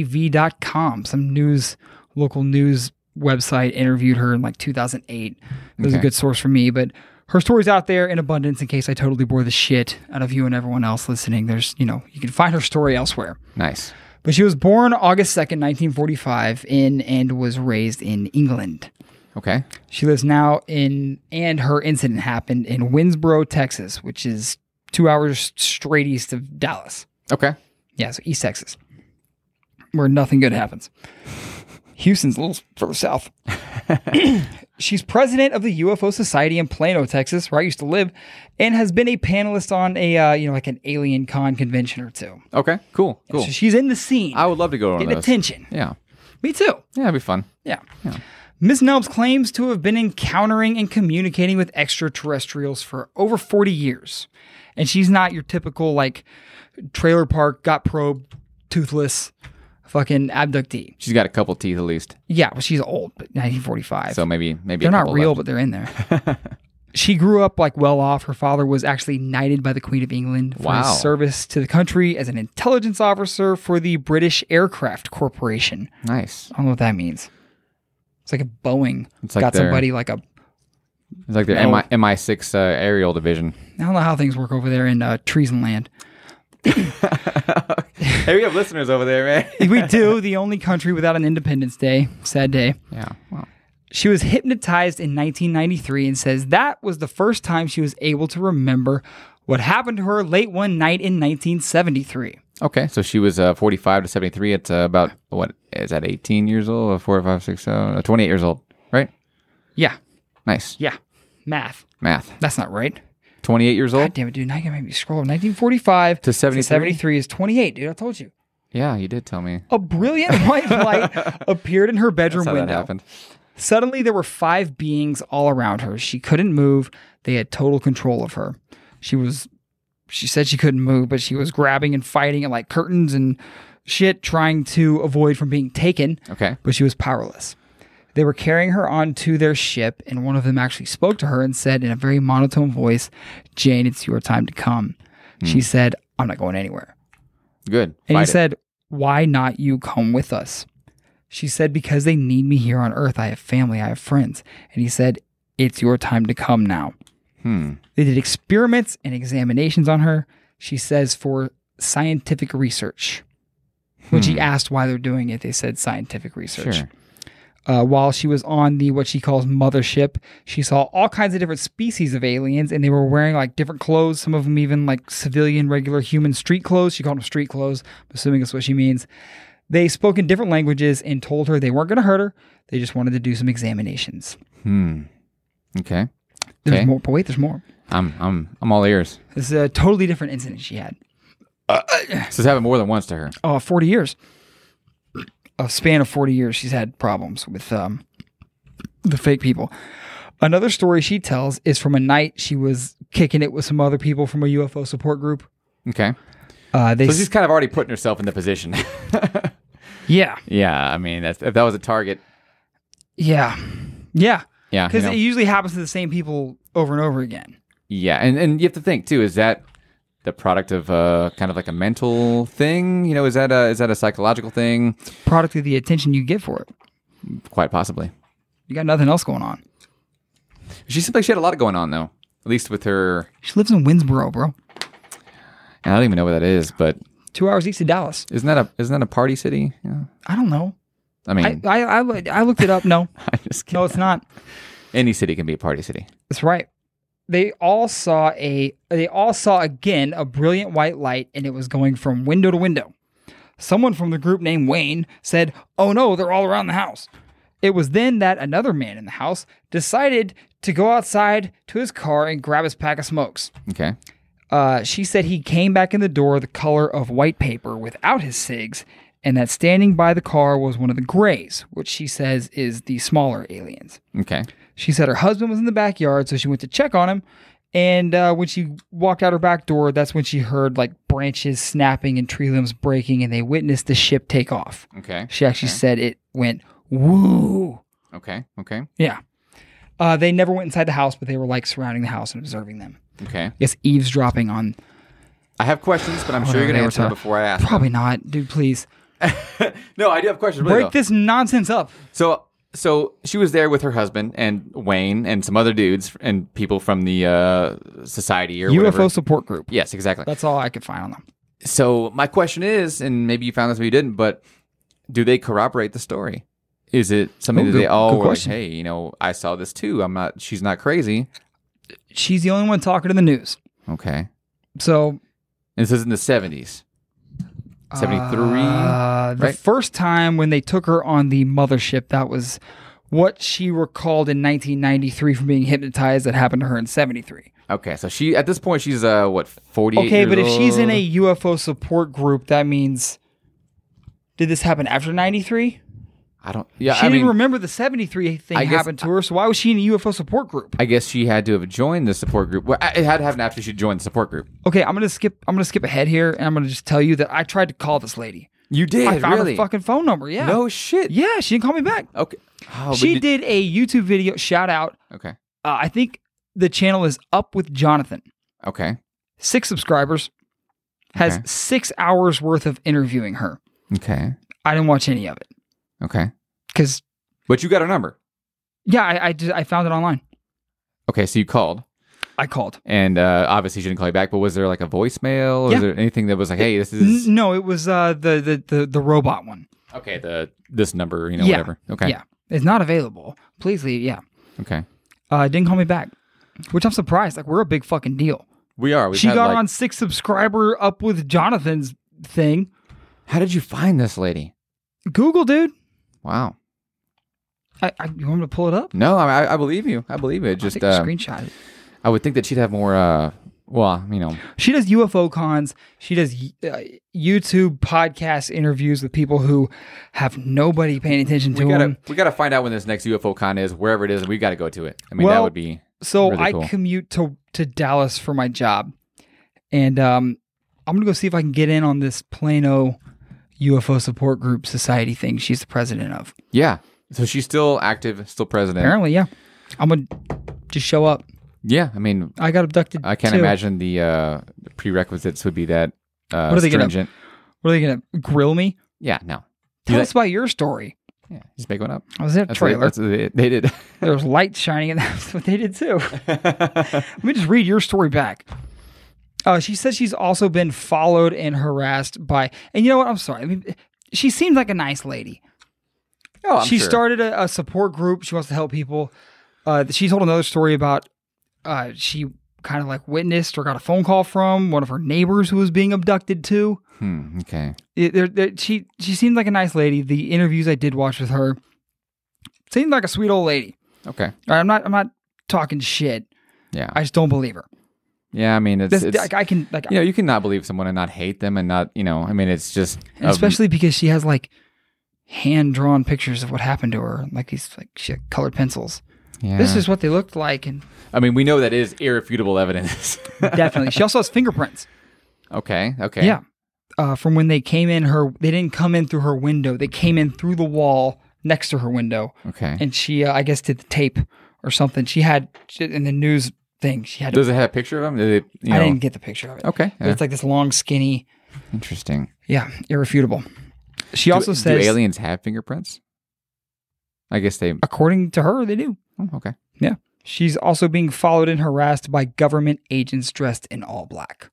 Speaker 2: kltv.com. Some news, local news website interviewed her in like 2008. It was
Speaker 3: Okay.
Speaker 2: a good source for me, but her story's out there in abundance in case I totally bore the shit out of you and everyone else listening. There's you know you can find her story elsewhere.
Speaker 3: nice.
Speaker 2: But she was born August 2nd, 1945, in and was raised in England.
Speaker 3: Okay.
Speaker 2: She lives now in, and her incident happened in Winsboro, Texas, which is two hours straight east of Dallas.
Speaker 3: Okay.
Speaker 2: Yeah, so East Texas, where nothing good happens. Houston's a little further south. She's president of the UFO Society in Plano, Texas, where I used to live, and has been a panelist on a uh, you know like an alien con convention or two.
Speaker 3: Okay, cool, cool.
Speaker 2: So she's in the scene,
Speaker 3: I would love to go to one of
Speaker 2: getting
Speaker 3: those.
Speaker 2: attention.
Speaker 3: Yeah,
Speaker 2: Me too.
Speaker 3: yeah, it'd be fun.
Speaker 2: Yeah. Miss Nelms claims to have been encountering and communicating with extraterrestrials for over 40 years. And she's not your typical, like, trailer park, got probed, toothless, fucking abductee.
Speaker 3: She's got a couple teeth at least,
Speaker 2: Yeah, well, she's old, but 1945.
Speaker 3: so maybe maybe a
Speaker 2: they're not
Speaker 3: couple
Speaker 2: real,
Speaker 3: left.
Speaker 2: but they're in there. she grew up, like, well off. Her father was actually knighted by the Queen of England for
Speaker 3: Wow.
Speaker 2: his service to the country as an intelligence officer for the British Aircraft Corporation.
Speaker 3: Nice.
Speaker 2: I don't know what that means. It's like a Boeing
Speaker 3: It's like
Speaker 2: got
Speaker 3: their-
Speaker 2: somebody like a.
Speaker 3: It's like their
Speaker 2: No.
Speaker 3: MI MI six uh, aerial division.
Speaker 2: I don't know how things work over there in uh, Treason Land.
Speaker 3: hey, we have listeners over there, man.
Speaker 2: We do the only country without an Independence Day. Sad day.
Speaker 3: yeah. Well,
Speaker 2: She was hypnotized in 1993 and says that was the first time she was able to remember what happened to her late one night in 1973.
Speaker 3: okay. So she was uh, forty five to seventy three. It's uh, about what is that? Eighteen years old, or four, five, six, seven, uh, twenty eight years old, right?
Speaker 2: Yeah,
Speaker 3: Nice
Speaker 2: yeah, math.
Speaker 3: math.
Speaker 2: That's not right.
Speaker 3: Twenty eight years
Speaker 2: God
Speaker 3: old.
Speaker 2: damn it, dude! Now you gotta make me scroll. 1945
Speaker 3: To 73?
Speaker 2: 73 is 28, dude. I told you.
Speaker 3: Yeah, you did tell me.
Speaker 2: A brilliant white light appeared in her bedroom
Speaker 3: That's how that
Speaker 2: window.
Speaker 3: happened.
Speaker 2: Suddenly, there were five beings all around her. She couldn't move. They had total control of her. She was, she said she couldn't move, but she was grabbing and fighting at like curtains and shit, trying to avoid from being taken,
Speaker 3: Okay.
Speaker 2: but she was powerless. They were carrying her onto their ship, and one of them actually spoke to her and said in a very monotone voice, Jane, it's your time to come. She said, I'm not going anywhere.
Speaker 3: Good.
Speaker 2: And
Speaker 3: Fight
Speaker 2: he
Speaker 3: it.
Speaker 2: said, Why not you come with us? She said, Because they need me here on earth. I have family, I have friends. And he said, It's your time to come now.
Speaker 3: Hmm.
Speaker 2: They did experiments and examinations on her, she says, for scientific research. When she asked why they're doing it, they said scientific research.
Speaker 3: Hmm. Sure.
Speaker 2: Uh, while she was on the what she calls mothership, she saw all kinds of different species of aliens, and they were wearing like different clothes. Some of them even like civilian, regular human street clothes. She called them street clothes. I'm assuming that's what she means. They spoke in different languages and told her they weren't going to hurt her. They just wanted to do some examinations.
Speaker 3: Hmm. Okay.
Speaker 2: There's
Speaker 3: Okay.
Speaker 2: more, but wait, there's more.
Speaker 3: I'm I'm I'm all ears.
Speaker 2: This is a totally different incident she had.
Speaker 3: This has happened more than once to her.
Speaker 2: uh, 40 years. A span of 40 years, she's had problems with um, the fake people. Another story she tells is from a night she was kicking it with some other people from a UFO support group.
Speaker 3: Okay.
Speaker 2: Uh, they,
Speaker 3: So she's kind of already putting herself in the position.
Speaker 2: yeah,
Speaker 3: yeah. I mean, that's, if that was a target.
Speaker 2: yeah, yeah,
Speaker 3: Yeah. you
Speaker 2: because
Speaker 3: know.
Speaker 2: it usually happens to the same people over and over again.
Speaker 3: Yeah, and and you have to think too. Is that the product of uh, kind of like a mental thing? You know, is that a is that a psychological thing?
Speaker 2: Product of the attention you get for it.
Speaker 3: Quite possibly.
Speaker 2: You got nothing else going on.
Speaker 3: She seems like she had a lot going on though. At least with her.
Speaker 2: She lives in Winsboro, bro.
Speaker 3: and I don't even know where that is, but
Speaker 2: Two hours east of Dallas.
Speaker 3: isn't that a isn't that a party city? Yeah.
Speaker 2: I don't know.
Speaker 3: I mean,
Speaker 2: I I, I, looked- I looked it up. No,
Speaker 3: I just kidding.
Speaker 2: no, it's not.
Speaker 3: any city can be a party city.
Speaker 2: That's right. They all saw a they all saw again a brilliant white light and it was going from window to window. Someone from the group named Wayne said, "Oh no, they're all around the house." It was then that another man in the house decided to go outside to his car and grab his pack of smokes.
Speaker 3: Okay.
Speaker 2: Uh, she said he came back in the door the color of white paper without his cigs, and that standing by the car was one of the Greys, which she says is the smaller aliens.
Speaker 3: Okay.
Speaker 2: She said her husband was in the backyard, so she went to check on him. And uh, when she walked out her back door, that's when she heard like branches snapping and tree limbs breaking, and they witnessed the ship take off.
Speaker 3: Okay.
Speaker 2: She actually said it went woo.
Speaker 3: Okay. Okay.
Speaker 2: Yeah. Uh, they never went inside the house, but they were like surrounding the house and observing them.
Speaker 3: Okay.
Speaker 2: I guess eavesdropping on.
Speaker 3: I have questions, but I'm sure
Speaker 2: Whatever Oh,
Speaker 3: you're
Speaker 2: they
Speaker 3: gonna
Speaker 2: were
Speaker 3: answer them
Speaker 2: talking-
Speaker 3: before I ask.
Speaker 2: Probably not, dude. Please
Speaker 3: No, I do have questions. Really,
Speaker 2: break
Speaker 3: though.
Speaker 2: this nonsense up.
Speaker 3: So so she was there with her husband and Wayne and some other dudes and people from the uh, society or
Speaker 2: UFO
Speaker 3: whatever.
Speaker 2: support group.
Speaker 3: Yes, exactly.
Speaker 2: That's all I could find on them.
Speaker 3: so my question is, and maybe you found this, but you didn't. But do they corroborate the story? Is it something
Speaker 2: Ooh,
Speaker 3: that they
Speaker 2: Oh, good-
Speaker 3: all
Speaker 2: good
Speaker 3: were like,
Speaker 2: question.
Speaker 3: hey, you know, I saw this too. I'm not. She's not crazy.
Speaker 2: She's the only one talking to the news.
Speaker 3: Okay.
Speaker 2: So
Speaker 3: And this is in the 70s, 73.
Speaker 2: Uh, the
Speaker 3: right?
Speaker 2: Uh, first time when they took her on the mothership, that was what she recalled in 1993 from being hypnotized that happened to her in 73.
Speaker 3: Okay, so she at this point she's uh what forty?
Speaker 2: Okay, but if she's in a UFO support group, that means did this happen after 93?
Speaker 3: I don't. Yeah,
Speaker 2: She
Speaker 3: I mean,
Speaker 2: didn't remember the 73 thing
Speaker 3: I guess-
Speaker 2: happened to her, so why was she in a UFO support group?
Speaker 3: I guess she had to have joined the support group. Well, it had to happen after she joined the support group.
Speaker 2: Okay, I'm going to skip I'm going to skip ahead here and I'm going to just tell you that I tried to call this lady.
Speaker 3: You did
Speaker 2: I found
Speaker 3: really?
Speaker 2: her fucking phone number. Yeah.
Speaker 3: No shit.
Speaker 2: Yeah, she didn't call me back.
Speaker 3: Okay. Oh, but
Speaker 2: she did a YouTube video shout out.
Speaker 3: Okay.
Speaker 2: Uh, I think the channel is Up with Jonathan.
Speaker 3: Okay.
Speaker 2: 6 subscribers. Has
Speaker 3: Okay.
Speaker 2: 6 hours worth of interviewing her.
Speaker 3: Okay.
Speaker 2: I didn't watch any of it
Speaker 3: Okay.
Speaker 2: cuz
Speaker 3: But you got her number.
Speaker 2: yeah, I I, did, I found it online.
Speaker 3: Okay, so you called,
Speaker 2: I called.
Speaker 3: and uh, obviously she didn't call you back. But was there like a voicemail?
Speaker 2: Yeah.
Speaker 3: Was there anything that was like, "Hey, this is
Speaker 2: N- no, it was uh, the, the the the robot one.
Speaker 3: okay the this number, you know,
Speaker 2: Yeah.
Speaker 3: whatever." Okay.
Speaker 2: Yeah, it's not available. Please leave. Yeah,
Speaker 3: Okay.
Speaker 2: uh, didn't call me back, which I'm surprised. Like we're a big fucking deal.
Speaker 3: We are. We've
Speaker 2: she
Speaker 3: had,
Speaker 2: got
Speaker 3: like-
Speaker 2: on six subscriber up with Jonathan's thing.
Speaker 3: How did you find this lady?
Speaker 2: Google, dude.
Speaker 3: Wow.
Speaker 2: I, I you want me to pull it up?
Speaker 3: No, I, I- I believe you. I believe it. Just
Speaker 2: Take a
Speaker 3: uh,
Speaker 2: screenshot. it.
Speaker 3: I would think that she'd have more. Uh, well, you know,
Speaker 2: She does UFO cons. She does uh, YouTube podcast interviews with people who have nobody paying attention to
Speaker 3: Mm-hmm. we gotta
Speaker 2: them.
Speaker 3: we gotta find out when this next UFO con is, wherever it is, and we gotta go to it. I mean, that
Speaker 2: Well-
Speaker 3: would be
Speaker 2: So
Speaker 3: Really
Speaker 2: I
Speaker 3: cool.
Speaker 2: commute to to Dallas for my job, and um, I'm gonna go see if I can get in on this Plano UFO support group society thing. She's the president of.
Speaker 3: yeah. So she's still active, still president.
Speaker 2: Apparently, yeah. I'm gonna just show up.
Speaker 3: Yeah, I mean,
Speaker 2: I got abducted.
Speaker 3: I can't
Speaker 2: too.
Speaker 3: imagine the uh, prerequisites would be that uh,
Speaker 2: What are they gonna-
Speaker 3: stringent.
Speaker 2: What are they gonna grill me?
Speaker 3: Yeah, no.
Speaker 2: Tell
Speaker 3: Yeah.
Speaker 2: us about your story.
Speaker 3: Yeah, just make one up.
Speaker 2: I was in a
Speaker 3: That's what-
Speaker 2: trailer.
Speaker 3: that's what they- they did.
Speaker 2: there was lights shining, and that's what they did too. Let me just read your story back. Uh, she says she's also been followed and harassed by. And you know what? I'm sorry. I mean, she seemed like a nice lady.
Speaker 3: oh, I'm
Speaker 2: she
Speaker 3: sure.
Speaker 2: started a, a support group. She wants to help people. Uh, she told another story about uh, she kind of like witnessed or got a phone call from one of her neighbors who was being abducted too.
Speaker 3: Hmm, okay.
Speaker 2: It- there- there- she she seemed like a nice lady. The interviews I did watch with her seemed like a sweet old lady.
Speaker 3: Okay.
Speaker 2: All right, I'm not I'm not talking shit.
Speaker 3: Yeah.
Speaker 2: I just don't believe her.
Speaker 3: yeah. I mean, it's,
Speaker 2: That's,
Speaker 3: it's
Speaker 2: like, I can like
Speaker 3: you know, you can not believe someone and not hate them and not, you know, I mean, it's just
Speaker 2: and especially because she has like hand drawn pictures of what happened to her, like these like she had colored pencils.
Speaker 3: yeah.
Speaker 2: This is what they looked like, and
Speaker 3: I mean, we know that is irrefutable evidence.
Speaker 2: definitely she also has fingerprints.
Speaker 3: okay. Okay.
Speaker 2: Yeah. Uh, from when they came in her they didn't come in through her window. They came in through the wall next to her window
Speaker 3: Okay.
Speaker 2: and she uh, I guess did the tape or something. She had she- in the news thing. She had
Speaker 3: Does it have a picture of him? Did it, you
Speaker 2: I
Speaker 3: know-
Speaker 2: didn't get the picture of it.
Speaker 3: okay.
Speaker 2: But
Speaker 3: yeah.
Speaker 2: It's like this long skinny,
Speaker 3: Interesting.
Speaker 2: yeah, irrefutable. She
Speaker 3: Do-
Speaker 2: also
Speaker 3: do,
Speaker 2: says
Speaker 3: aliens have fingerprints? I guess they.
Speaker 2: according to her they do.
Speaker 3: oh, okay.
Speaker 2: She's also being followed and harassed by government agents dressed in all black.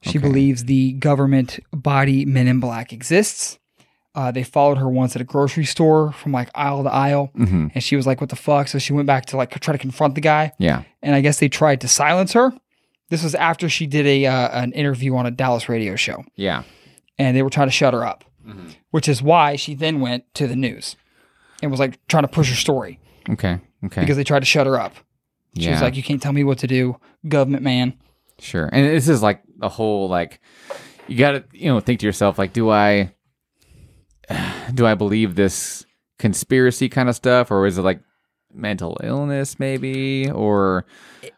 Speaker 2: She
Speaker 3: Okay.
Speaker 2: believes the government body Men in Black exists. Uh, they followed her once at a grocery store from like aisle to aisle,
Speaker 3: hmm
Speaker 2: and she was like, "What the fuck?" So she went back to like try to confront the guy,
Speaker 3: Yeah.
Speaker 2: and I guess they tried to silence her. This was after she did a uh, an interview on a Dallas radio show,
Speaker 3: Yeah.
Speaker 2: and they were trying to shut her up,
Speaker 3: Mm-hmm.
Speaker 2: which is why she then went to the news and was like trying to push her story
Speaker 3: Okay. Okay.
Speaker 2: because they tried to shut her up. She
Speaker 3: yeah.
Speaker 2: was like, "You can't tell me what to do, government man."
Speaker 3: Sure. And this is like a whole like you got to you know think to yourself like do I do I believe this conspiracy kind of stuff or is it like mental illness maybe or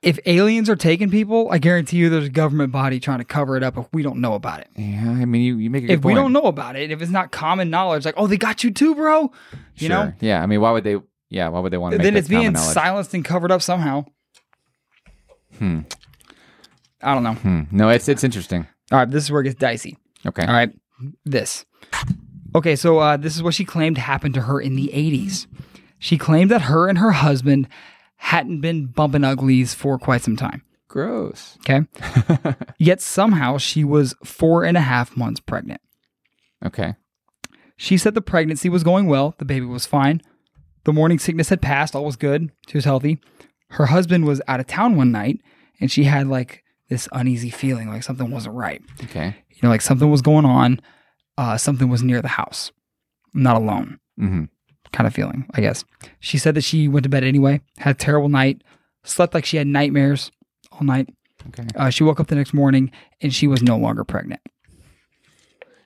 Speaker 2: If aliens are taking people, I guarantee you, there's a government body trying to cover it up if we don't know about it.
Speaker 3: yeah I mean you, you make a good
Speaker 2: if we
Speaker 3: point.
Speaker 2: don't know about it, if it's not common knowledge, like, "Oh, they got you too, bro," you
Speaker 3: Sure.
Speaker 2: know,
Speaker 3: Yeah, I mean why would they yeah, why would they want to make
Speaker 2: then
Speaker 3: that
Speaker 2: it's being
Speaker 3: common knowledge?
Speaker 2: silenced and covered up somehow. I don't know.
Speaker 3: Hmm. No, it's it's interesting.
Speaker 2: All right, this is where it gets dicey.
Speaker 3: Okay.
Speaker 2: All right, this. Okay, so uh, this is what she claimed happened to her in the 80s. She claimed that her and her husband hadn't been bumping uglies for quite some time.
Speaker 3: Gross.
Speaker 2: Okay. Yet somehow she was four and a half months pregnant.
Speaker 3: Okay.
Speaker 2: She said the pregnancy was going well. The baby was fine. The morning sickness had passed. All was good. She was healthy. Her husband was out of town one night and she had like this uneasy feeling like something wasn't right.
Speaker 3: Okay.
Speaker 2: You know, like something was going on. Uh, something was near the house. I'm not alone.
Speaker 3: Mhm.
Speaker 2: kind of feeling, I guess. She said that she went to bed anyway, had a terrible night, slept like she had nightmares all night.
Speaker 3: Okay.
Speaker 2: Uh, she woke up the next morning and she was no longer pregnant.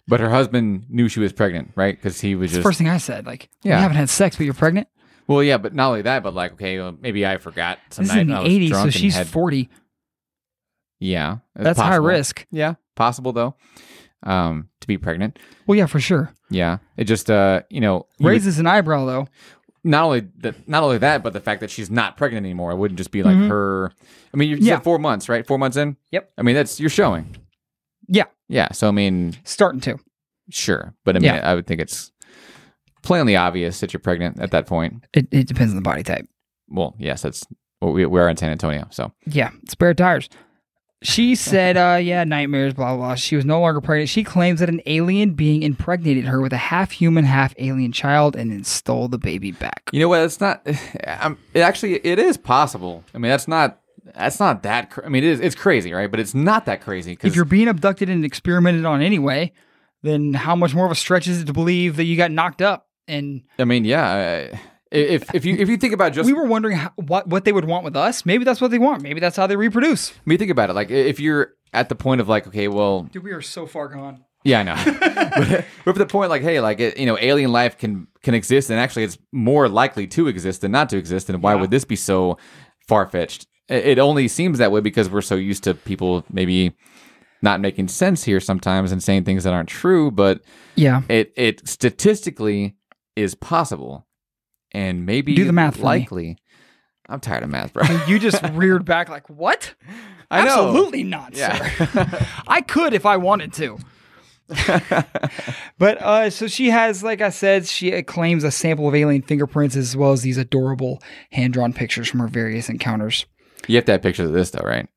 Speaker 3: But her husband knew she was pregnant, right? Because he was
Speaker 2: It's the
Speaker 3: just
Speaker 2: first thing I said, like,
Speaker 3: Yeah.
Speaker 2: you haven't had sex, but you're pregnant.
Speaker 3: well, yeah. But not only that, but like, okay, well, maybe I forgot. Some
Speaker 2: This is
Speaker 3: night
Speaker 2: in the
Speaker 3: I was
Speaker 2: 80s,
Speaker 3: drunk
Speaker 2: so
Speaker 3: and
Speaker 2: she's
Speaker 3: had-
Speaker 2: 40.
Speaker 3: yeah. it's
Speaker 2: That's high
Speaker 3: possible.
Speaker 2: risk.
Speaker 3: Yeah, possible though. Um, to be pregnant.
Speaker 2: Well, yeah, for sure.
Speaker 3: Yeah, it just uh, you know, you would-
Speaker 2: Raises an eyebrow though.
Speaker 3: not only that, not only that, but the fact that she's not pregnant anymore. It wouldn't just be like her. I mean, you're
Speaker 2: Mm-hmm. Yeah.
Speaker 3: four months, right? Four months in.
Speaker 2: Yep.
Speaker 3: I mean, that's you're showing.
Speaker 2: Yeah,
Speaker 3: Yeah. So I mean,
Speaker 2: starting to.
Speaker 3: sure, but I mean,
Speaker 2: Yeah.
Speaker 3: I would think it's plainly obvious that you're pregnant at that point.
Speaker 2: It, it depends on the body type.
Speaker 3: Well, yes, that's well, we we are in San Antonio, so
Speaker 2: Yeah, spare tires. She said, uh, yeah, nightmares, blah, blah, blah. She was no longer pregnant. She claims that an alien being impregnated her with a half human, half alien child and then stole the baby back.
Speaker 3: you know what? It's not. I'm, it actually it is possible. I mean, that's not that's not that. Cr- I mean, it is it's crazy, right? But it's not that crazy
Speaker 2: If
Speaker 3: because
Speaker 2: you're being abducted and experimented on anyway, then how much more of a stretch is it to believe that you got knocked up? And
Speaker 3: I mean, yeah. uh, If if you if you think about just
Speaker 2: we were wondering how, what, what they would want with us. Maybe that's what they want. Maybe that's how they reproduce.
Speaker 3: I mean, think about it. Like, if you're at the point of like, okay, well,
Speaker 2: Dude, we are so far gone.
Speaker 3: yeah, I know. but, but for the point, like, hey, like, it, you know, alien life can can exist, and actually, it's more likely to exist than not to exist. And why would this be so far fetched? It, it only seems that way because we're so used to people maybe not making sense here sometimes and saying things that aren't true. But
Speaker 2: Yeah.
Speaker 3: it it statistically is possible, and maybe
Speaker 2: Do the math for me.
Speaker 3: Likely, I'm tired of math, bro.
Speaker 2: You just reared back like, what?
Speaker 3: I know.
Speaker 2: Absolutely not, sir. I could if I wanted to. but uh, so she has, like I said, she claims a sample of alien fingerprints as well as these adorable hand drawn pictures from her various encounters.
Speaker 3: You have to have pictures of this though, right?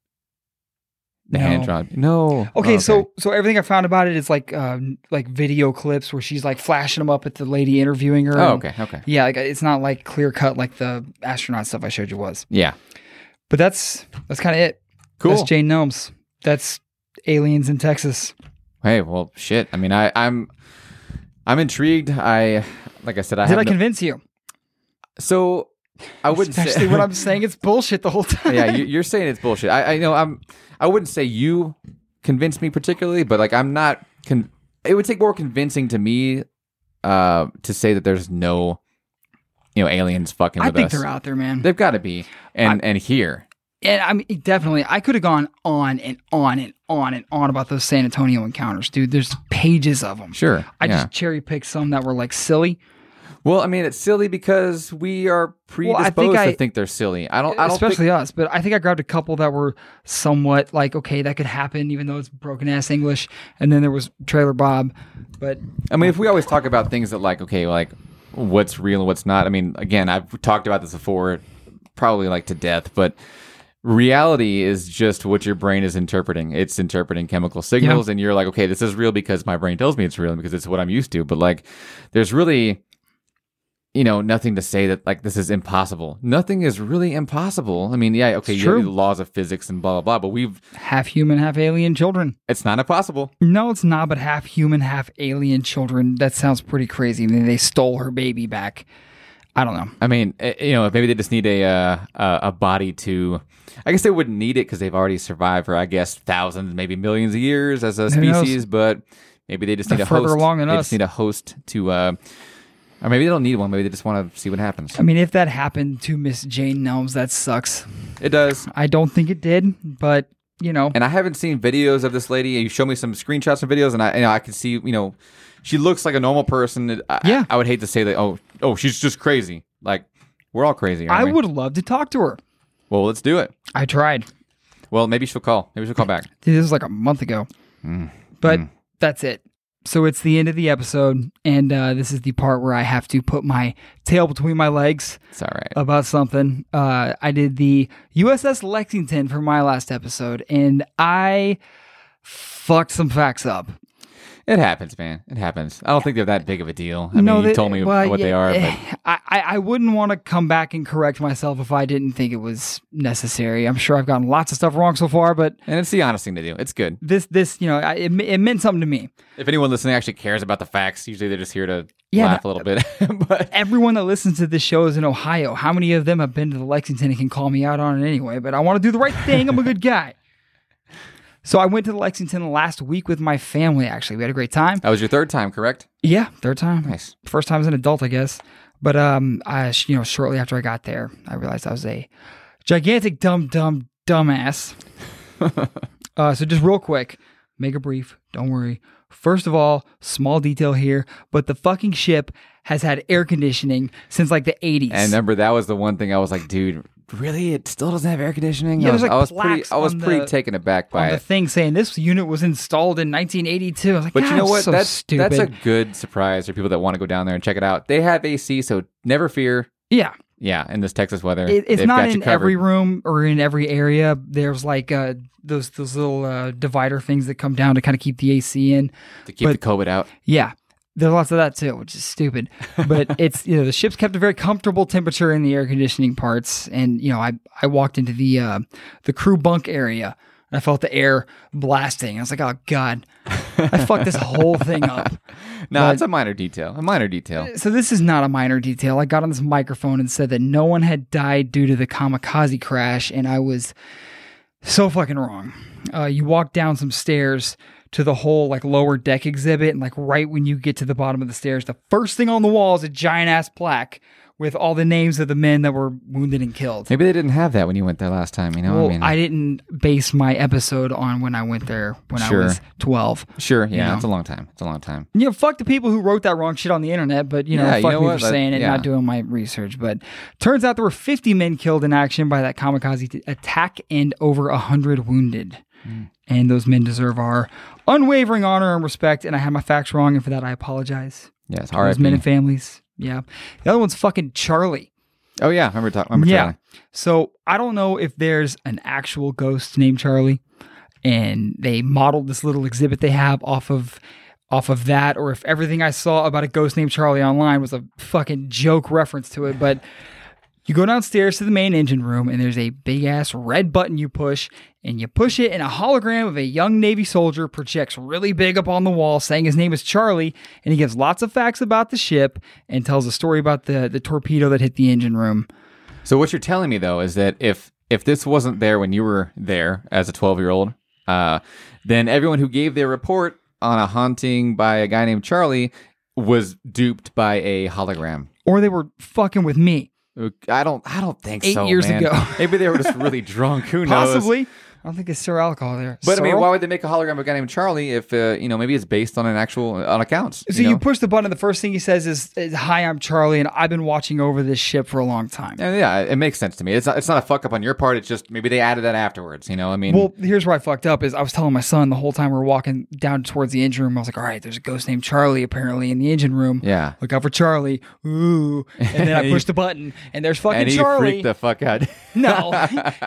Speaker 3: The
Speaker 2: No.
Speaker 3: hand drawn. No.
Speaker 2: Okay,
Speaker 3: Oh,
Speaker 2: so so everything I found about it is like um, like video clips where she's like flashing them up at the lady interviewing her.
Speaker 3: Oh,
Speaker 2: and-
Speaker 3: okay. Okay.
Speaker 2: Yeah, like it's not like clear cut like the astronaut stuff I showed you was.
Speaker 3: Yeah.
Speaker 2: But that's that's kind of it.
Speaker 3: Cool.
Speaker 2: That's Jane Gnomes. That's aliens in Texas.
Speaker 3: hey, well, shit. I mean, I, I'm, I'm intrigued. I, like I said, I
Speaker 2: Did
Speaker 3: have.
Speaker 2: I
Speaker 3: no-
Speaker 2: convince you?
Speaker 3: so I wouldn't
Speaker 2: Especially
Speaker 3: say.
Speaker 2: when I'm saying it's bullshit the whole time.
Speaker 3: yeah, you, you're saying it's bullshit. I, I know. I'm. I wouldn't say you convinced me particularly, but like I'm not. Con- it would take more convincing to me, uh, to say that there's no, you know, aliens fucking
Speaker 2: I
Speaker 3: with
Speaker 2: think
Speaker 3: us.
Speaker 2: they're out there, man.
Speaker 3: They've got to be, and and here.
Speaker 2: and I mean, definitely, I could have gone on and on and on and on about those San Antonio encounters, dude. There's pages of them.
Speaker 3: Sure.
Speaker 2: I
Speaker 3: yeah.
Speaker 2: just cherry picked some that were like silly,
Speaker 3: Well, I mean, it's silly because we are
Speaker 2: Well, I
Speaker 3: predisposed
Speaker 2: think I-
Speaker 3: to think they're silly. I don't. I don't
Speaker 2: especially
Speaker 3: Think,
Speaker 2: us. But I think I grabbed a couple that were somewhat like, okay, that could happen, even though it's broken ass English. And then there was Trailer Bob, but
Speaker 3: I mean, if we always talk about things that like, okay, like what's real and what's not. I mean, again, I've talked about this before, probably like to death, but reality is just what your brain is interpreting. It's interpreting chemical signals, and you're like, okay, this is real because my brain tells me it's real and because it's what I'm used to. But like, there's really. You know, nothing to say that like this is impossible. Nothing is really impossible. I mean, yeah, okay,
Speaker 2: It's
Speaker 3: you have
Speaker 2: true.
Speaker 3: the laws of physics and blah blah blah, but we've
Speaker 2: half human, half alien children.
Speaker 3: It's not impossible.
Speaker 2: No, it's not, but half human, half alien children. That sounds pretty crazy. I mean, they stole her baby back. I don't know.
Speaker 3: I mean, eh, you know, maybe they just need a uh, a a body to. I guess they wouldn't need it because they've already survived for, I guess, thousands, maybe millions of years as a
Speaker 2: knows?
Speaker 3: species. But maybe they just
Speaker 2: They're
Speaker 3: need a
Speaker 2: further
Speaker 3: host.
Speaker 2: along than
Speaker 3: they
Speaker 2: us.
Speaker 3: just need a host to, uh, or maybe they don't need one. Maybe they just want to see what happens.
Speaker 2: I mean, if that happened to Miss Jane Nelms, that sucks.
Speaker 3: It does.
Speaker 2: I don't think it did, but you know,
Speaker 3: And I haven't seen videos of this lady. You show me some screenshots and videos, and I, you know, I can see, you know, she looks like a normal person. I,
Speaker 2: Yeah.
Speaker 3: I would hate to say that. Oh, oh, she's just crazy. Like we're all crazy. aren't
Speaker 2: I
Speaker 3: we?
Speaker 2: would love to talk to her.
Speaker 3: Well, let's do it.
Speaker 2: I tried.
Speaker 3: Well, maybe she'll call. Maybe she'll call back.
Speaker 2: Dude, This was like a month ago,
Speaker 3: Mm,
Speaker 2: but that's it. So it's the end of the episode, and uh, this is the part where I have to put my tail between my legs
Speaker 3: It's all right.
Speaker 2: about something. Uh, I did the USS Lexington for my last episode, and I fucked some facts up.
Speaker 3: It happens, man. It happens. I don't think they're that big of a deal. I mean,
Speaker 2: they-
Speaker 3: you told me
Speaker 2: well,
Speaker 3: what they
Speaker 2: yeah,
Speaker 3: are, but
Speaker 2: I, I I wouldn't want to come back and correct myself if I didn't think it was necessary. I'm sure I've gotten lots of stuff wrong so far, but
Speaker 3: and it's the honest thing to do. It's good.
Speaker 2: this this you know I, it, it meant something to me.
Speaker 3: If anyone listening actually cares about the facts, usually they're just here to
Speaker 2: Yeah,
Speaker 3: laugh a little bit. but
Speaker 2: Everyone that listens to this show is in Ohio. How many of them have been to the Lexington and can call me out on it anyway? But I want to do the right thing. I'm a good guy. So I went to Lexington last week with my family. Actually, we had a great time.
Speaker 3: that was your third time, correct?
Speaker 2: Yeah, third time.
Speaker 3: Nice.
Speaker 2: first time as an adult, I guess. But um, I sh- you know shortly after I got there, I realized I was a gigantic dumb dumb dumbass. uh, so just real quick, make a brief. Don't worry. First of all, small detail here, but the fucking ship has had air conditioning since like the eighties.
Speaker 3: And remember, that was the one thing I was like, dude, really? It still doesn't have air conditioning?
Speaker 2: Yeah,
Speaker 3: I was,
Speaker 2: there's, like,
Speaker 3: I was pretty,
Speaker 2: plaques
Speaker 3: I was
Speaker 2: on
Speaker 3: pretty
Speaker 2: the-
Speaker 3: taken aback
Speaker 2: on
Speaker 3: by
Speaker 2: the
Speaker 3: it.
Speaker 2: thing saying this unit was installed in 1982. I was like,
Speaker 3: But you know what?
Speaker 2: So
Speaker 3: that's
Speaker 2: stupid.
Speaker 3: that's a good surprise for people that want to go down there and check it out. They have AC, so never fear.
Speaker 2: yeah.
Speaker 3: Yeah, in this Texas weather,
Speaker 2: It, it's
Speaker 3: they've
Speaker 2: not
Speaker 3: got you
Speaker 2: in
Speaker 3: covered.
Speaker 2: every room or in every area. There's like uh, those those little uh, divider things that come down to kind of keep the AC in.
Speaker 3: to keep
Speaker 2: but-
Speaker 3: the COVID out.
Speaker 2: Yeah, there's lots of that too, which is stupid. But it's you know the ship's kept a very comfortable temperature in the air conditioning parts, and you know I I walked into the uh, the crew bunk area. and I felt the air blasting. I was like, "Oh God, I fucked this whole thing up."
Speaker 3: No,
Speaker 2: But-
Speaker 3: it's a minor detail. A minor detail.
Speaker 2: So this is not a minor detail. I got on this microphone and said that no one had died due to the kamikaze crash, and I was so fucking wrong. Uh, you walk down some stairs to the whole like lower deck exhibit, and like right when you get to the bottom of the stairs, the first thing on the wall is a giant ass plaque with all the names of the men that were wounded and killed.
Speaker 3: Maybe they didn't have that when you went there last time. You know,
Speaker 2: Well,
Speaker 3: I mean,
Speaker 2: I didn't base my episode on when I went there when
Speaker 3: Sure.
Speaker 2: I was twelve.
Speaker 3: sure, yeah,
Speaker 2: know.
Speaker 3: it's a long time. It's a long time.
Speaker 2: you know, fuck the people who wrote that wrong shit on the internet, but you know,
Speaker 3: Yeah, you
Speaker 2: fuck
Speaker 3: know
Speaker 2: me
Speaker 3: what?
Speaker 2: for
Speaker 3: That-
Speaker 2: saying it,
Speaker 3: yeah.
Speaker 2: not doing my research. But turns out there were 50 men killed in action by that kamikaze t- attack and over 100 wounded.
Speaker 3: Mm.
Speaker 2: And those men deserve our unwavering honor and respect. And I had my facts wrong, and for that I apologize.
Speaker 3: Yes,
Speaker 2: Those men and
Speaker 3: RIP.
Speaker 2: families. Yeah. The other one's fucking Charlie.
Speaker 3: Oh yeah, remember talking. Remember
Speaker 2: Yeah.
Speaker 3: Charlie.
Speaker 2: So I don't know if there's an actual ghost named Charlie, and they modeled this little exhibit they have off of off of that, or if everything I saw about a ghost named Charlie online was a fucking joke reference to it. But you go downstairs to the main engine room, and there's a big ass red button you push, and you push it, and a hologram of a young Navy soldier projects really big up on the wall, saying his name is Charlie, and he gives lots of facts about the ship and tells a story about the the torpedo that hit the engine room.
Speaker 3: So what you're telling me though is that if if this wasn't there when you were there as a 12 year old, uh, then everyone who gave their report on a haunting by a guy named Charlie was duped by a hologram.
Speaker 2: or they were fucking with me.
Speaker 3: I don't. I don't think
Speaker 2: Eight
Speaker 3: so.
Speaker 2: years
Speaker 3: man.
Speaker 2: ago.
Speaker 3: maybe they were just really drunk. Who knows?
Speaker 2: Possibly. I don't think it's Sir Alcohol there.
Speaker 3: But I mean,
Speaker 2: Sir?
Speaker 3: why would they make a hologram of a guy named Charlie if uh, you know maybe it's based on an actual on accounts?
Speaker 2: so you,
Speaker 3: know?
Speaker 2: push the button, and the first thing he says is, is, "Hi, I'm Charlie, and I've been watching over this ship for a long time."
Speaker 3: Yeah, Uh, yeah, it makes sense to me. It's not, it's not a fuck up on your part. It's just maybe they added that afterwards. You know, I mean,
Speaker 2: Well, here's where I fucked up is I was telling my son the whole time we were walking down towards the engine room. I was like, "All right, there's a ghost named Charlie apparently in the engine room.
Speaker 3: yeah.
Speaker 2: Look out for Charlie." Ooh, and then I pushed the button, and there's fucking
Speaker 3: And he
Speaker 2: Charlie.
Speaker 3: freaked the fuck out.
Speaker 2: no,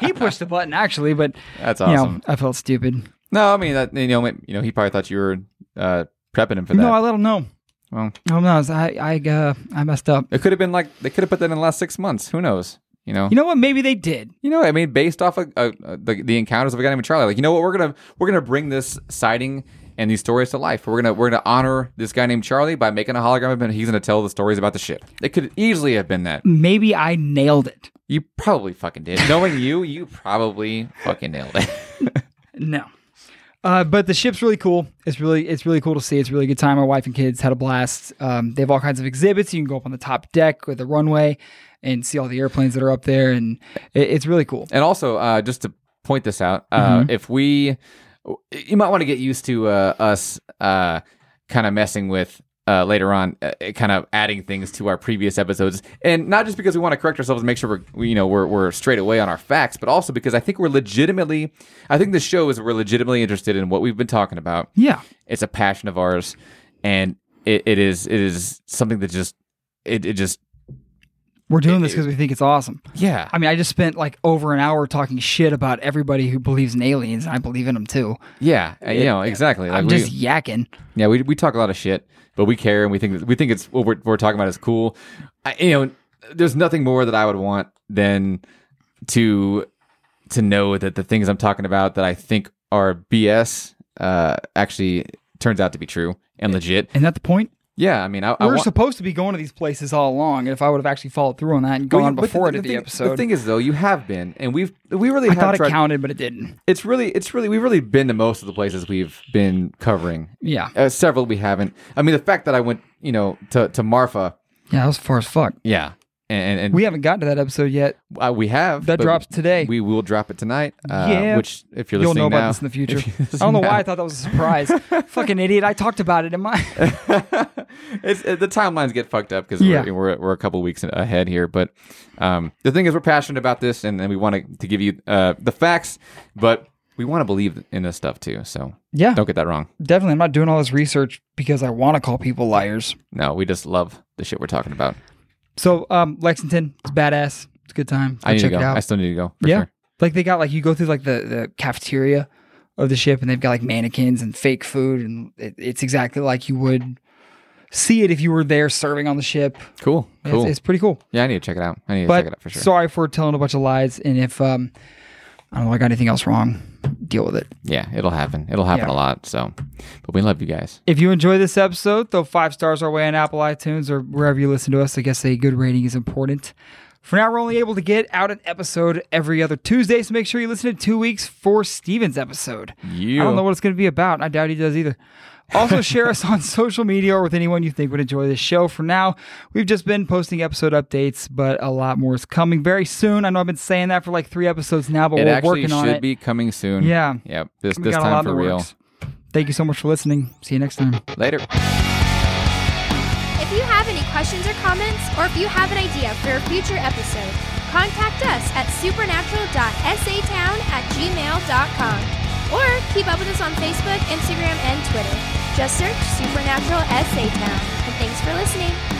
Speaker 2: he pushed the button actually, but
Speaker 3: That's
Speaker 2: you know,
Speaker 3: awesome.
Speaker 2: I felt stupid.
Speaker 3: No, I mean that you know, ma- you know, he probably thought you were uh, prepping him for that.
Speaker 2: No, I let him know.
Speaker 3: well,
Speaker 2: No, no, I I uh, I messed up.
Speaker 3: it could have been like they could have put that in the last six months. Who knows? You know,
Speaker 2: You know what? Maybe they did.
Speaker 3: you know, I mean, based off of uh, uh, the, the encounters of a guy named Charlie, like you know what, we're gonna we're gonna bring this sighting and these stories to life. We're gonna we're gonna honor this guy named Charlie by making a hologram of him. and He's gonna tell the stories about the ship. It could easily have been that.
Speaker 2: maybe I nailed it.
Speaker 3: You probably fucking did. Knowing you, you probably fucking nailed it.
Speaker 2: No. Uh, but the ship's really cool. It's really it's really cool to see. It's a really good time. My wife and kids had a blast. Um, they have all kinds of exhibits. You can go up on the top deck with the runway and see all the airplanes that are up there, and it, it's really cool.
Speaker 3: And also, uh, just to point this out, uh, if we, you might want to get used to uh, us uh, kind of messing with. Uh, later on, uh, kind of adding things to our previous episodes, and not just because we want to correct ourselves and make sure we're we- you know we're we're straight away on our facts, but also because I think we're legitimately, I think the show is we're legitimately interested in what we've been talking about.
Speaker 2: Yeah,
Speaker 3: It's a passion of ours, and it, it is it is something that just it, it just
Speaker 2: We're doing this because we think it's awesome.
Speaker 3: Yeah.
Speaker 2: I mean, I just spent like over an hour talking shit about everybody who believes in aliens, and I believe in them too.
Speaker 3: yeah. uh, you know, exactly. Like
Speaker 2: I'm
Speaker 3: we,
Speaker 2: just yakking.
Speaker 3: yeah, we, we talk a lot of shit, but we care and we think that, we think it's what we're, we're talking about is cool. I, you know, there's nothing more that I would want than to to know that the things I'm talking about that I think are BS uh, actually turns out to be true and legit.
Speaker 2: Isn't that the point?
Speaker 3: Yeah, I mean, I, I
Speaker 2: We were
Speaker 3: want,
Speaker 2: supposed to be going to these places all along, and if I would have actually followed through on that and
Speaker 3: Well,
Speaker 2: gone
Speaker 3: you- but
Speaker 2: before
Speaker 3: the,
Speaker 2: it at the,
Speaker 3: thing,
Speaker 2: episode,
Speaker 3: The thing is, though, you have been, and we've we really
Speaker 2: I
Speaker 3: have
Speaker 2: thought it
Speaker 3: tried-
Speaker 2: counted, but it didn't.
Speaker 3: It's really, it's really, we've really been to most of the places we've been covering.
Speaker 2: Yeah,
Speaker 3: Uh, several we haven't. I mean, the fact that I went, you know, to to Marfa,
Speaker 2: yeah, that was far as fuck.
Speaker 3: yeah, and and, and
Speaker 2: We haven't gotten to that episode yet.
Speaker 3: uh, we have
Speaker 2: That
Speaker 3: but
Speaker 2: drops today.
Speaker 3: We will drop it tonight. Uh,
Speaker 2: Yeah.
Speaker 3: which if you're
Speaker 2: You'll
Speaker 3: listening
Speaker 2: know about
Speaker 3: now-
Speaker 2: this in the future.
Speaker 3: if you're
Speaker 2: I don't know
Speaker 3: listening
Speaker 2: why
Speaker 3: now-
Speaker 2: I thought that was a surprise. Fucking idiot! I talked about it in my.
Speaker 3: Uh, it's, it, the timelines get fucked up because
Speaker 2: Yeah.
Speaker 3: we're, we're, we're a couple weeks ahead here. But um, the thing is, we're passionate about this, and, and we want to, to give you uh, the facts, but we want to believe in this stuff too. So
Speaker 2: Yeah,
Speaker 3: don't get that wrong.
Speaker 2: definitely. I'm not doing all this research because I want to call people liars.
Speaker 3: No, we just love the shit we're talking about.
Speaker 2: So, um, Lexington, it's badass. It's a good time. Go
Speaker 3: I need
Speaker 2: check
Speaker 3: to go.
Speaker 2: it out.
Speaker 3: I still need to go. For
Speaker 2: yeah,
Speaker 3: Sure.
Speaker 2: like they got like you go through like the the cafeteria of the ship, and they've got like mannequins and fake food, and it, it's exactly like you would see it if you were there serving on the ship.
Speaker 3: Cool.
Speaker 2: It's-
Speaker 3: Cool.
Speaker 2: It's, pretty cool.
Speaker 3: yeah, I need to check it out. I need to
Speaker 2: But
Speaker 3: check it out for sure.
Speaker 2: sorry for telling a bunch of lies, and if um, I don't know, I got anything else wrong, deal with it.
Speaker 3: yeah, it'll happen. It'll happen
Speaker 2: Yeah.
Speaker 3: a lot. So, but we love you guys.
Speaker 2: If you enjoy this episode, throw five stars our way on Apple iTunes or wherever you listen to us. I guess a good rating is important. For now, we're only able to get out an episode every other Tuesday, so make sure you listen to two weeks for Steven's episode.
Speaker 3: You.
Speaker 2: I don't know what it's going to be about. I doubt he does either. Also, share us on social media or with anyone you think would enjoy this show. For now, we've just been posting episode updates, but a lot more is coming very soon. I know I've been saying that for like three episodes now, but
Speaker 3: It
Speaker 2: we're
Speaker 3: actually
Speaker 2: working on
Speaker 3: should
Speaker 2: it.
Speaker 3: be coming soon.
Speaker 2: Yeah.
Speaker 3: Yep. This
Speaker 2: We
Speaker 3: this
Speaker 2: got a lot
Speaker 3: time
Speaker 2: in
Speaker 3: for
Speaker 2: the
Speaker 3: real.
Speaker 2: works. Thank you so much for listening. See you next time.
Speaker 3: Later.
Speaker 1: If you have any questions or comments, or if you have an idea for a future episode, contact us at supernatural.satown at gmail.com. Or keep up with us on Facebook, Instagram, and Twitter. Just search Supernatural SA Town. And thanks for listening.